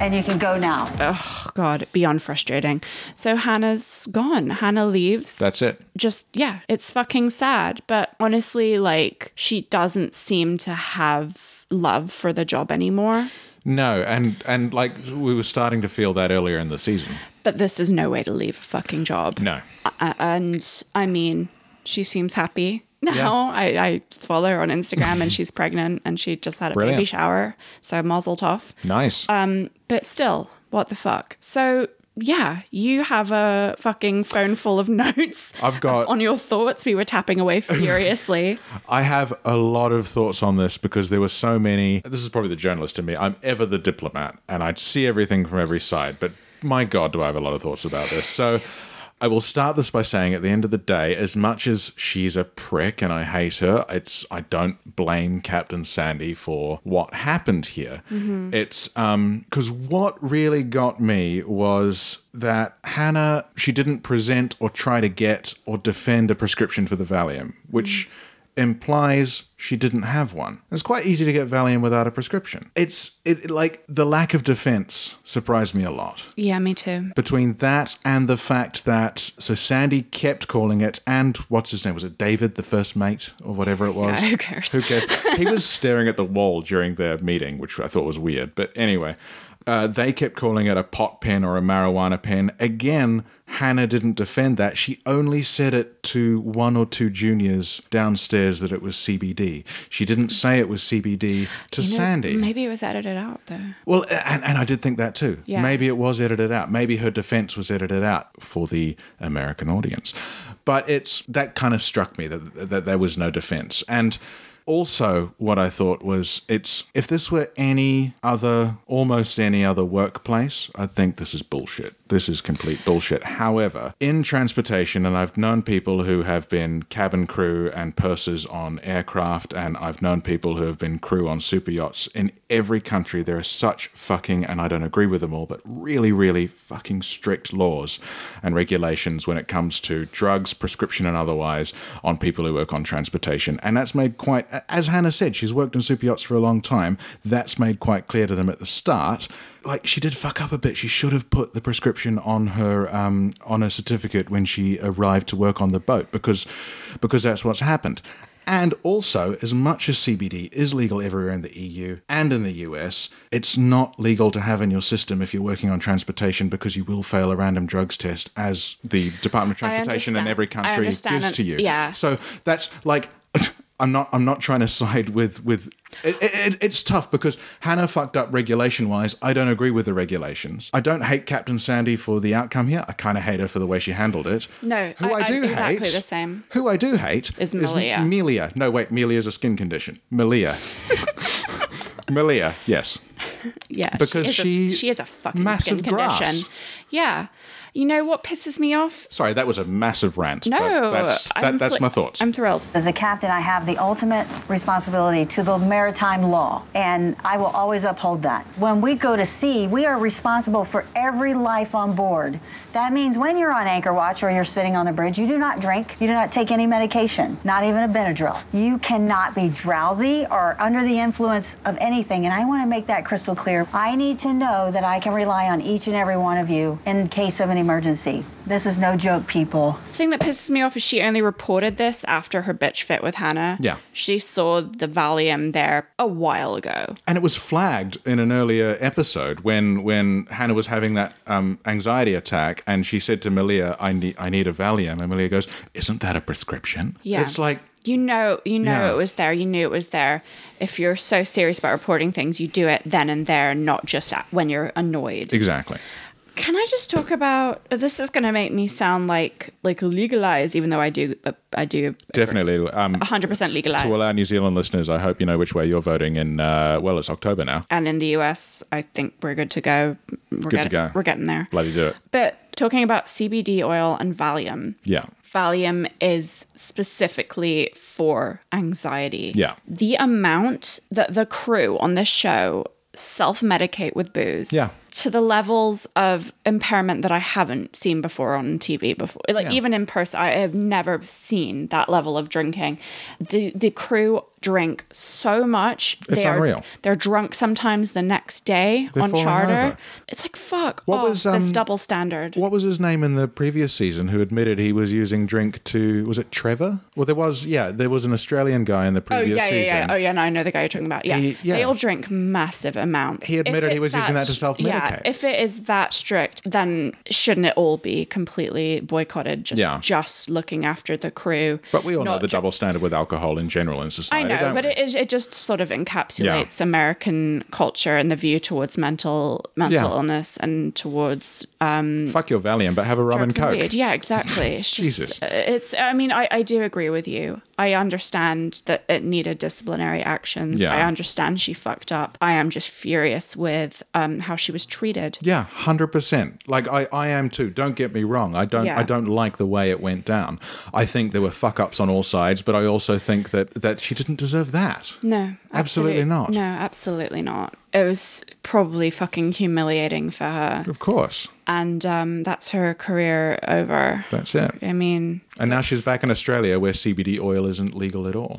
M: and you can go now.
B: Oh, God, beyond frustrating. So Hannah's gone. Hannah leaves.
A: That's it.
B: just yeah, it's fucking sad, but honestly like she doesn't seem to have love for the job anymore.
A: No, and and like we were starting to feel that earlier in the season.
B: But this is no way to leave a fucking job.
A: No.
B: uh, and I mean, she seems happy now. I, I follow her on Instagram, and she's (laughs) pregnant, and she just had a baby
A: Brilliant.
B: shower, so mazel tov.
A: Nice.
B: But still, what the fuck? So yeah, you have a fucking phone full of (laughs) notes.
A: I've got-
B: on your thoughts. We were tapping
A: (laughs)
B: away furiously.
A: I have a lot of thoughts on this because there were so many. This is probably the journalist in me. I'm ever the diplomat and I see everything from every side, but my God, do I have a lot of thoughts about this. So I will start this by saying at the end of the day, as much as she's a prick and I hate her, it's I don't blame Captain Sandy for what happened here. It's um because what really got me was that Hannah she didn't present or try to get or defend a prescription for the Valium, which implies she didn't have one. It's quite easy to get Valium without a prescription. It's it, it- like the lack of defense surprised me a lot.
B: yeah, me too.
A: Between that and the fact that so Sandy kept calling it and what's his name was it David the first mate or whatever it was.
B: Yeah, who cares?
A: Who cares? he
B: (laughs)
A: was staring at the wall during their meeting, which I thought was weird. But anyway, uh, they kept calling it a pot pen or a marijuana pen. Again, Hannah didn't defend that. She only said it to one or two juniors downstairs that it was CBD. She didn't say it was CBD to Sandy.
B: Maybe it was edited out though.
A: Well, and, and I did think that too.
B: Yeah.
A: Maybe it was edited out. Maybe her defense was edited out for the American audience. But it's that kind of struck me that, that there was no defense. And Also, what I thought was it's if this were any other, almost any other workplace, I think this is bullshit. This is complete bullshit. However, in transportation, and I've known people who have been cabin crew and purses on aircraft, and I've known people who have been crew on super yachts. In every country, there are such fucking, and I don't agree with them all, but really, really fucking strict laws and regulations when it comes to drugs, prescription, and otherwise on people who work on transportation. And that's made quite, as Hannah said, she's worked on super yachts for a long time. That's made quite clear to them at the start. Like she did fuck up a bit. She should have put the prescription on her um, on her certificate when she arrived to work on the boat because because that's what's happened. And also, as much as CBD is legal everywhere in the EU and in the US, it's not legal to have in your system if you're working on transportation because you will fail a random drugs test, as the Department of Transportation in
B: understand.
A: every
B: I
A: country gives
B: understand
A: to
B: and-
A: you.
B: yeah.
A: So that's like. (laughs) I'm not. I'm not trying to side with with. It, it, it's tough because Hannah fucked up regulation wise. I don't agree with the regulations. I don't hate Captain Sandy for the outcome here. I kind of hate her for the way she handled it.
B: No,
A: who I,
B: I- I-
A: do hate
B: exactly the same.
A: Who I do hate
B: Is Malia.
A: M- Melia. No, wait. Melia is a skin condition.
B: (laughs)
A: Melia. Melia. Yes.
B: Yeah,
A: Because
B: she is
A: she-
B: a, she is a fucking
A: massive
B: skin
A: grass.
B: condition. Yeah, you know what pisses me off?
A: Sorry, that was a massive rant.
B: No,
A: but that's
B: I'm
A: that, that's
B: fli-
A: my thoughts.
B: I'm thrilled.
M: As a captain, I have the ultimate responsibility to the maritime law, and I will always uphold that. When we go to sea, we are responsible for every life on board. That means when you're on anchor watch or you're sitting on the bridge, you do not drink, you do not take any medication, not even a Benadryl. You cannot be drowsy or under the influence of anything, and I want to make that crystal clear. I need to know that I can rely on each and every one of you in case of an emergency. This is no joke, people.
B: The thing that pisses me off is she only reported this after her bitch fit with Hannah.
A: Yeah.
B: she saw the Valium there a while ago.
A: and it was flagged in an earlier episode when when Hannah was having that um, anxiety attack, and she said to Malia, "I need I need a Valium," and Malia goes, "Isn't that a prescription?"
B: Yeah.
A: it's like
B: You know, you know
A: Yeah.
B: it was there. You knew it was there. If you're so serious about reporting things, you do it then and there, not just at- when you're annoyed.
A: exactly.
B: Can I just talk about? This is going to make me sound like like legalize, even though I do, I do
A: Definitely. Um,
B: 100% legalize.
A: to all our New Zealand listeners, I hope you know which way you're voting. In uh, well, it's October now.
B: and in the US, I think we're good to go. We're good
A: to go.
B: We're getting there.
A: Bloody do it.
B: But talking about CBD oil and Valium,
A: Yeah.
B: Valium is specifically for anxiety.
A: Yeah.
B: The amount that the crew on this show self medicate with booze
A: Yeah.
B: to the levels of impairment that I haven't seen before on TV before. Like even in person, I have never seen that level of drinking. The the crew drink so much.
A: It's
B: they
A: unreal.
B: Are, they're drunk sometimes the next day
A: They're
B: on
A: falling
B: charter.
A: over.
B: It's like fuck
A: What
B: off
A: was,
B: this
A: um,
B: double standard.
A: What was his name in the previous season who admitted he was using drink to was it Trevor? Well, there was yeah, there was an Australian guy in the
B: Oh
A: previous
B: yeah, yeah,
A: season.
B: yeah. Oh yeah, no, I know the guy you're talking about. Yeah,
A: He- yeah.
B: they all drink massive amounts.
A: He
B: If
A: admitted he
B: it's
A: was using that to
B: st-
A: self-medicate.
B: Yeah, if it is that strict, then shouldn't it all be completely boycotted? Just
A: Yeah.
B: just looking after the crew.
A: But we all know
B: not
A: the
B: ju-
A: double standard with alcohol in general in
B: I
A: society.
B: know,
A: don't
B: but
A: we?
B: it is, it just sort of encapsulates American culture and the view towards mental mental
A: Yeah.
B: illness and towards
A: fuck your Valium, but have a rum and
B: drugs
A: coke.
B: and weed. Yeah,
A: (laughs)
B: exactly. It's just, uh,
A: Jesus.
B: It's. I mean, I, I do agree with you. I understand that it needed disciplinary actions.
A: Yeah.
B: I understand she fucked up. I am just furious with um how she was treated.
A: Yeah, hundred percent. Like I, I am too. Don't get me wrong. I don't
B: Yeah.
A: I don't like the way it went down. I think there were fuck ups on all sides, but I also think that that she didn't deserve that.
B: No,
A: Absolutely
B: absolute-
A: not.
B: No, absolutely not. It was probably fucking humiliating for her,
A: Of course.
B: and um, that's her career over.
A: That's it.
B: I mean,
A: And now she's back in Australia where CBD oil isn't legal at
B: (laughs)
A: all.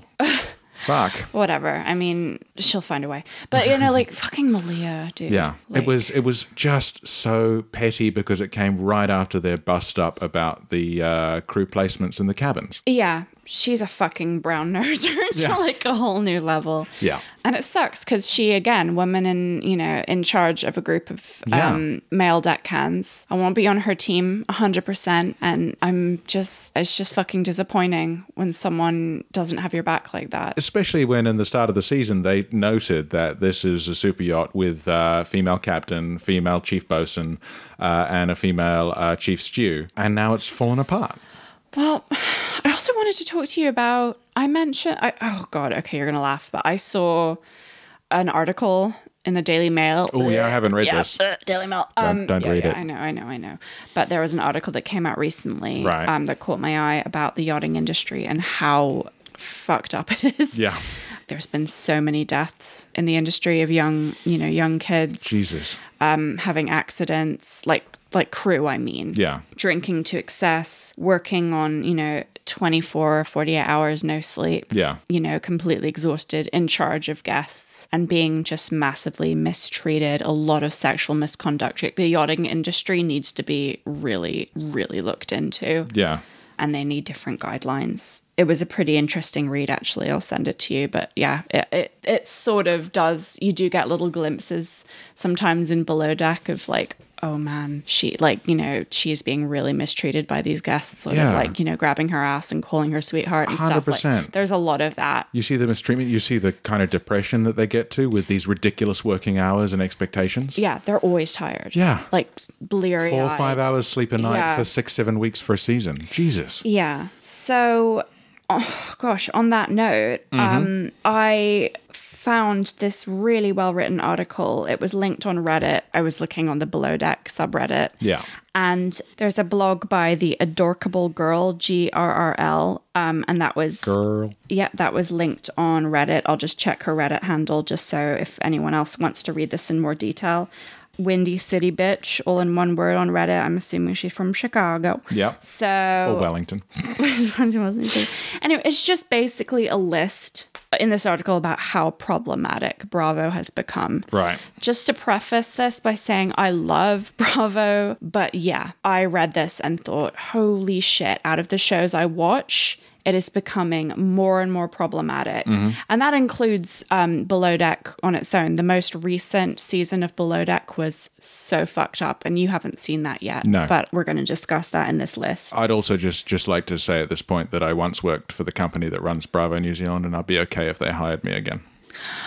A: Fuck.
B: whatever. I mean, she'll find a way. But you know, like fucking Malia, dude.
A: Yeah.
B: Like-
A: it was it was just so petty because it came right after their bust up about the uh, crew placements in the cabins.
B: Yeah, she's a fucking brown (laughs) noser to
A: Yeah.
B: like a whole new level.
A: Yeah.
B: and it sucks because she again, woman in you know in charge of a group of
A: Yeah.
B: um, male deckhands. I won't be on her team hundred percent, and I'm just it's just fucking disappointing when someone doesn't have your back like that.
A: especially when in the start of the season they noted that this is a super yacht with uh, female captain, female chief bosun, uh, and a female uh, chief stew, and now it's fallen apart.
B: Well, I also wanted to talk to you about. I mentioned. I, oh God. Okay, you're gonna laugh, but I saw an article in the Daily Mail.
A: Oh, yeah, I haven't read this.
B: Uh, Daily Mail.
A: Don't- don't
B: yeah,
A: read
B: yeah,
A: it.
B: I know, I know, I know. But there was an article that came out recently
A: Right.
B: um, that caught my eye about the yachting industry and how fucked up it is.
A: Yeah.
B: There's been so many deaths in the industry of young, you know, young kids
A: Jesus.
B: um, having accidents, like like crew, I mean.
A: Yeah.
B: Drinking to excess, working on, you know, 24 or 48 hours, no sleep.
A: Yeah.
B: You know, completely exhausted, in charge of guests, and being just massively mistreated. A lot of sexual misconduct. Like, The yachting industry needs to be really, really looked into,
A: Yeah.
B: and they need different guidelines. It was a pretty interesting read, actually. I'll send it to you. But yeah, it, it, it sort of does, you do get little glimpses sometimes in Below Deck of like, oh man, she, like, you know, she's being really mistreated by these guests, sort
A: Yeah.
B: of like, you know, grabbing her ass and calling her sweetheart and stuff.
A: 100%.
B: Like, there's a lot of that.
A: You see the mistreatment, you see the kind of depression that they get to with these ridiculous working hours and expectations.
B: Yeah, they're always tired.
A: Yeah.
B: Like bleary.
A: Four or five hours sleep a night
B: Yeah.
A: for six, seven weeks for a season. Jesus.
B: Yeah. So, oh gosh, on that note,
A: Mm-hmm.
B: um, I found this really well written article. It was linked on Reddit. I was looking on the Below Deck subreddit.
A: Yeah.
B: And there's a blog by the Adorkable Girl, G R R L. Um, and that was.
A: Girl.
B: Yeah, that was linked on Reddit. I'll just check her Reddit handle just so if anyone else wants to read this in more detail. Windy City Bitch, all in one word on Reddit. I'm assuming she's from Chicago.
A: Yep.
B: So (laughs)
A: Or Wellington.
B: just wanted to wasn't sure. Anyway, it's just basically a list in this article about how problematic Bravo has become.
A: Right.
B: Just to preface this by saying I love (laughs) Bravo, but yeah, I read this and thought, holy shit, out of the shows I watch, it is becoming more and more problematic.
A: Mm-hmm.
B: And that includes um, Below Deck on its own. The most recent season of Below Deck was so fucked up, and you haven't seen that yet.
A: No.
B: But we're going to discuss that in this list.
A: I'd also just just like to say at this point that I once worked for the company that runs Bravo New Zealand, and I'd be okay if they hired me again.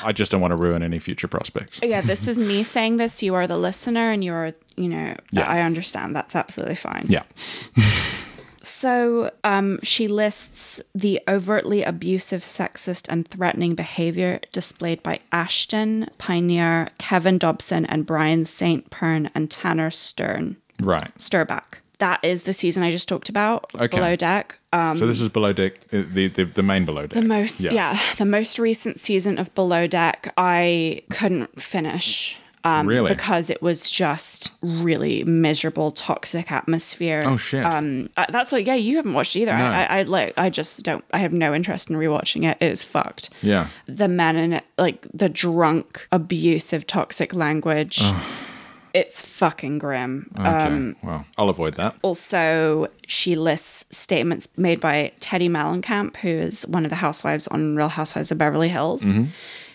A: I just don't want to ruin any future prospects.
B: Oh, yeah, this is me saying this. You are the listener, and you are, you know, I understand. That's absolutely fine.
A: Yeah.
B: So um, she lists the overtly abusive, sexist, and threatening behavior displayed by Ashton, Pioneer, Kevin Dobson, and Brian St. Pern and Tanner Stern.
A: Right.
B: Stirback. That is the season I just talked about,
A: Okay.
B: Below Deck. Um,
A: so this is below deck, uh, the the, the main below deck.
B: the most, yeah. the most recent season of Below Deck, I couldn't finish. Um,
A: Really?
B: Because it was just really miserable, toxic atmosphere.
A: Oh shit.
B: Uh, that's what. Yeah, you haven't watched it either.
A: No.
B: I, I, I like. I just don't. I have no interest in rewatching it. It's fucked.
A: yeah.
B: The men in it, like the drunk, abusive, toxic language. It's fucking grim.
A: Okay.
B: um,
A: well, I'll avoid that.
B: Also, she lists statements made by Teddy Mellencamp, who is one of the housewives on Real Housewives of Beverly Hills.
A: Mm-hmm.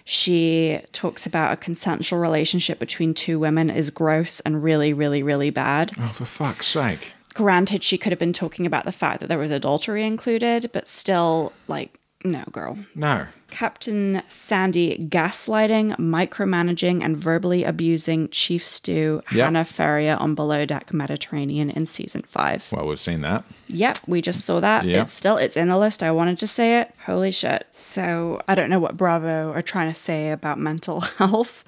B: She talks about a consensual relationship between two women is gross and really, really, really bad.
A: Oh, for fuck's sake.
B: Granted, she could have been talking about the fact that there was adultery included, but still, like, no, girl.
A: No.
B: Captain Sandy gaslighting, micromanaging, and verbally abusing Chief Stew
A: Yeah.
B: Hannah Ferrier on Below Deck Mediterranean in season five.
A: Well, we've seen that.
B: Yep, we just saw that.
A: Yeah.
B: It's still it's in a list. I wanted to say it. Holy shit. So I don't know what Bravo are trying to say about mental (laughs) health,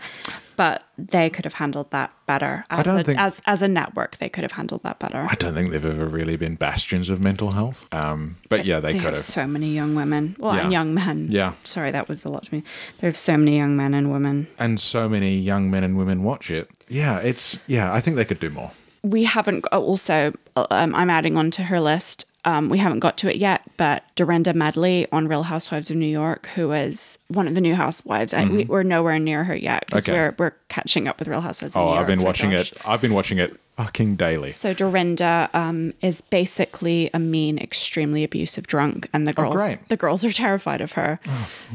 B: but they could have handled that better. As
A: don't
B: a,
A: think-
B: as as a network, they could have handled that better.
A: I don't think they've ever really been bastions of mental health. Um, but yeah, they,
B: They
A: could
B: have
A: have.
B: so many young women. Well, and
A: Yeah.
B: young men.
A: Yeah.
B: Sorry, that was a lot to me. There have so many young men and women.
A: and so many young men and women watch it. Yeah, it's yeah. I think they could do more.
B: We haven't oh, also, uh, um, I'm adding on to her list. Um, we haven't got to it yet, but Dorinda Medley on Real Housewives of New York, who is one of the new housewives, and we, we're nowhere near her yet because
A: Mm-hmm. Okay.
B: we're, we're catching up with Real Housewives. Of
A: Oh,
B: New York
A: I've been
B: for
A: watching
B: Josh.
A: it. I've been watching it fucking daily.
B: So Dorinda um, is basically a mean, extremely abusive drunk, and the girls
A: Oh, great. Oh,
B: the girls are (laughs) terrified of her.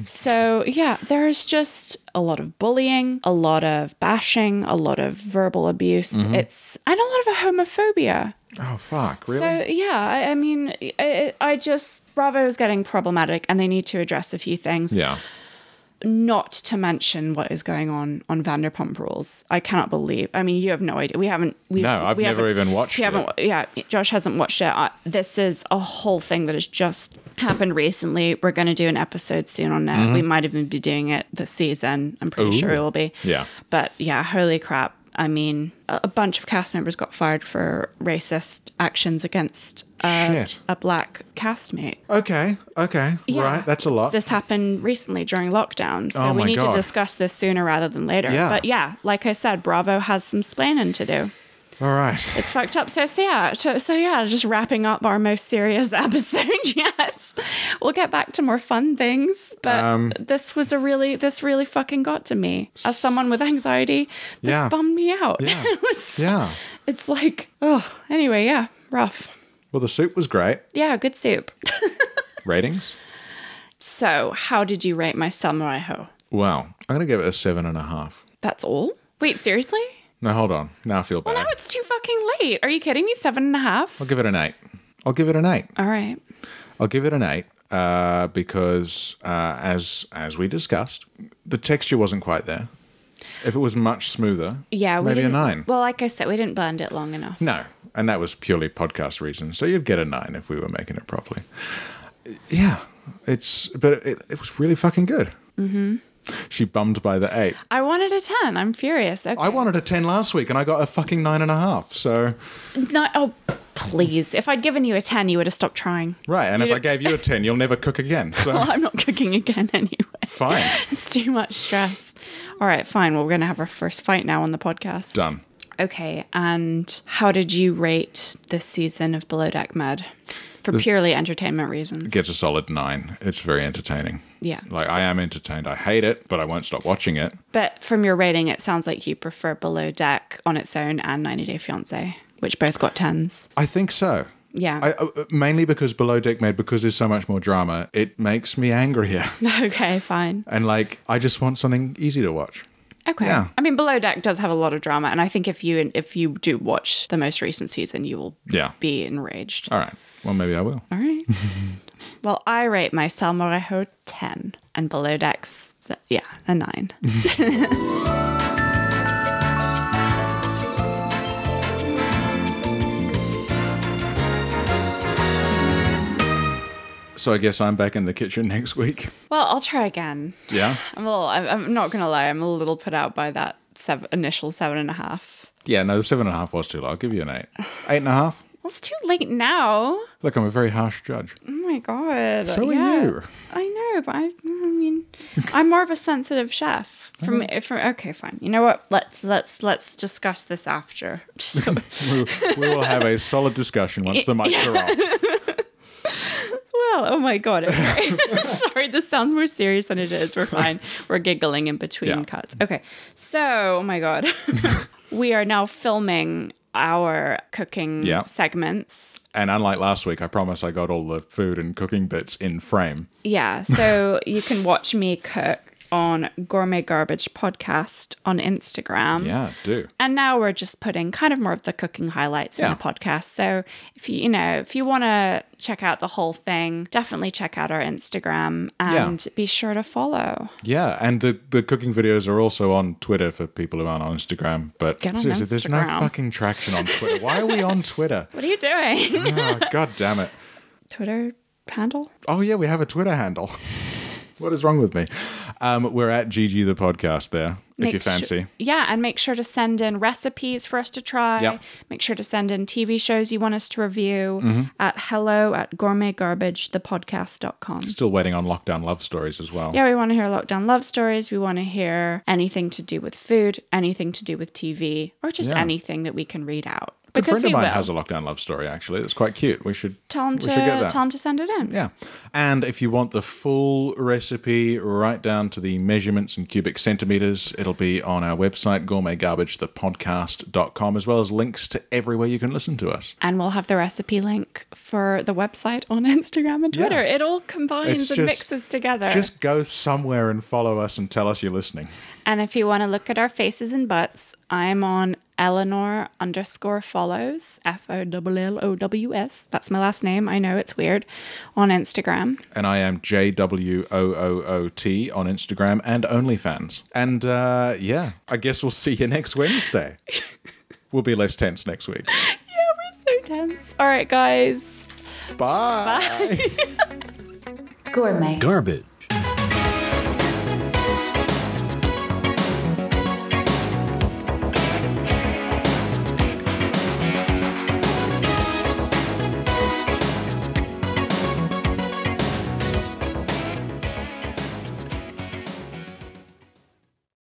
B: so yeah, there's just a lot of bullying, a lot of bashing, a lot of verbal abuse.
A: Mm-hmm.
B: It's and a lot of homophobia.
A: Oh fuck, really?
B: So yeah, I, I mean, I- I, I just Bravo is getting problematic, and they need to address a few things.
A: yeah.
B: not to mention what is going on on Vanderpump Rules. I cannot believe. I mean, you have no idea. We haven't. We've,
A: No, I've
B: we
A: never
B: haven't-
A: even watched
B: we
A: it.
B: Haven't, yeah, Josh hasn't watched it. I, this is a whole thing that has just happened recently. We're going to do an episode soon on it.
A: Mm-hmm.
B: We might even be doing it this season. I'm pretty sure it will be.
A: Yeah.
B: But yeah, holy crap. I mean, a a bunch of cast members got fired for racist actions against uh,
A: Shit.
B: a black castmate.
A: Okay, okay,
B: Yeah.
A: right. That's a lot.
B: This happened recently during lockdown, so
A: Oh
B: we
A: my
B: need
A: God.
B: to discuss this sooner rather than later.
A: Yeah.
B: But yeah, like I said, Bravo has some splaining to do.
A: All right.
B: It's fucked up. So, so yeah, to, so yeah, just wrapping up our most serious (laughs) episode yet. We'll get back to more fun things, but
A: Um,
B: this was a really, this really fucking got to me as someone with anxiety. This
A: Yeah.
B: bummed me out.
A: Yeah.
B: (laughs) it was,
A: Yeah.
B: It's like, oh, anyway, yeah, rough.
A: Well, the soup was great.
B: Yeah, good soup.
A: Ratings?
B: So, how did you rate my samurai ho?
A: Wow. I'm going to give it a seven and a half.
B: That's all? Wait, seriously?
A: No, hold on. Now I feel bad.
B: Well, now it's too fucking late. Are you kidding me? Seven and a half?
A: I'll give it an eight. I'll give it an eight.
B: All right.
A: I'll give it an eight uh, because, uh, as as we discussed, the texture wasn't quite there. If it was much smoother,
B: Yeah, we
A: maybe a
B: didn't-
A: nine.
B: Well, like I said, we didn't blend it long enough.
A: no, and that was purely podcast reasons. So you'd get a nine if we were making it properly. Yeah, it's but it, it was really fucking good. Mm-hmm. She bummed by the eight.
B: I wanted a ten. I'm furious. Okay.
A: I wanted a ten last week, and I got a fucking nine and a half. So
B: No, oh, please. If I'd given you a ten, you would have stopped trying. (laughs)
A: right, and if
B: You-
A: I gave you a ten, you'll never cook again. So
B: Well, I'm not cooking again (laughs) anyway.
A: fine,
B: It's too much stress. All right, fine. Well, we're gonna have our first fight now on the podcast.
A: done.
B: Okay. And how did you rate this season of Below Deck Med? For purely entertainment reasons.
A: gets a solid nine. It's very entertaining.
B: Yeah.
A: Like
B: So-
A: I am entertained. I hate it, but I won't stop watching it.
B: But from your rating, it sounds like you prefer Below Deck on its own and 90 Day Fiance, which both got tens.
A: I think so.
B: Yeah.
A: I, uh, mainly because Below Deck Med, because there's so much more drama, it makes me angrier.
B: (laughs)
A: (laughs)
B: okay, fine.
A: and like, I just want something easy to watch.
B: Okay.
A: Yeah.
B: I mean, Below Deck does have a lot of drama, and I think if you if you do watch the most recent season, you will
A: Yeah.
B: be enraged.
A: All right. Well, maybe I will.
B: All right. (laughs) well, I rate my Salmorejo 10 and Below Deck's, yeah,
A: (laughs)
B: a 9.
A: So I guess I'm back in the kitchen (laughs) next week.
B: well, I'll try again.
A: Yeah.
B: Well, I'm, I'm not going to lie, I'm a little put out by that seven, initial seven and a half.
A: Yeah. No, the seven and a half was too low. I'll give you an
B: (sighs)
A: eight. Eight and a half.
B: Well, it's too late now.
A: Look, I'm a very harsh judge.
B: Oh my god.
A: So are
B: yeah.
A: you.
B: I know, but I, I mean, I'm more of a sensitive chef.
A: Uh-huh.
B: From from okay, fine. You know what? Let's let's let's discuss this after. (laughs) So,
A: We, we will have a solid discussion once the mics are off.
B: (laughs) well, oh my god. Okay. (laughs) Sorry, this sounds more serious than it is. We're fine. We're giggling in between
A: Yeah.
B: cuts. Okay. So, oh
A: (laughs)
B: my god. (laughs) we are now filming our cooking
A: Yeah.
B: segments
A: And unlike last week, I promise I got all the food and cooking bits in frame.
B: Yeah, so you can watch me cook on Gourmet Garbage Podcast on Instagram.
A: Yeah, do.
B: And now we're just putting kind of more of the cooking highlights in
A: Yeah.
B: the podcast. So if you, you know, if you want to check out the whole thing, definitely check out our Instagram and be sure to follow.
A: Yeah, and the, the cooking videos are also on Twitter for people who aren't on Instagram. But
B: Get on
A: seriously, there's no
B: Instagram.
A: fucking traction on Twitter. Why are we on
B: (laughs)
A: Twitter?
B: What are
A: (laughs)
B: you doing?
A: Oh, God damn it.
B: Twitter handle?
A: Oh, yeah, we have a Twitter handle. what is wrong with me? Um, we're at GG the podcast there, if
B: Make
A: you
B: su-
A: fancy.
B: yeah, and make sure to send in recipes for us to try.
A: Yep.
B: Make sure to send in TV shows you want us to review
A: Mm-hmm.
B: at hello at gourmetgarbagethepodcast.com.
A: Still waiting on lockdown love stories as well.
B: Yeah, we want to hear lockdown love stories. We want to hear anything to do with food, anything to do with TV, or just
A: Yeah.
B: anything that we can read out.
A: Good
B: Because
A: friend of
B: we will.
A: mine has a lockdown love story, actually. It's quite cute. We should
B: tell them
A: we
B: to
A: should get that.
B: tell 'em to send it in.
A: Yeah. And if you want the full recipe right down to the measurements and cubic centimeters, it'll be on our website, gourmetgarbagethepodcast.com, as well as links to everywhere you can listen to us.
B: And we'll have the recipe link for the website on (laughs) Instagram and Twitter.
A: Yeah.
B: It all combines
A: It's
B: and
A: just-
B: mixes together.
A: Just go somewhere and follow us and tell us you're listening.
B: And if you want to look at our faces and butts, I'm on Eleanor underscore follows, F O L L O W S. That's my last name. I know it's weird on Instagram.
A: and I am JWOOOT on Instagram and OnlyFans. And uh, yeah, I guess we'll see you next Wednesday. we'll be less tense next week.
B: So tense. All right, guys.
A: Bye.
K: Gourmet.
D: Garbage.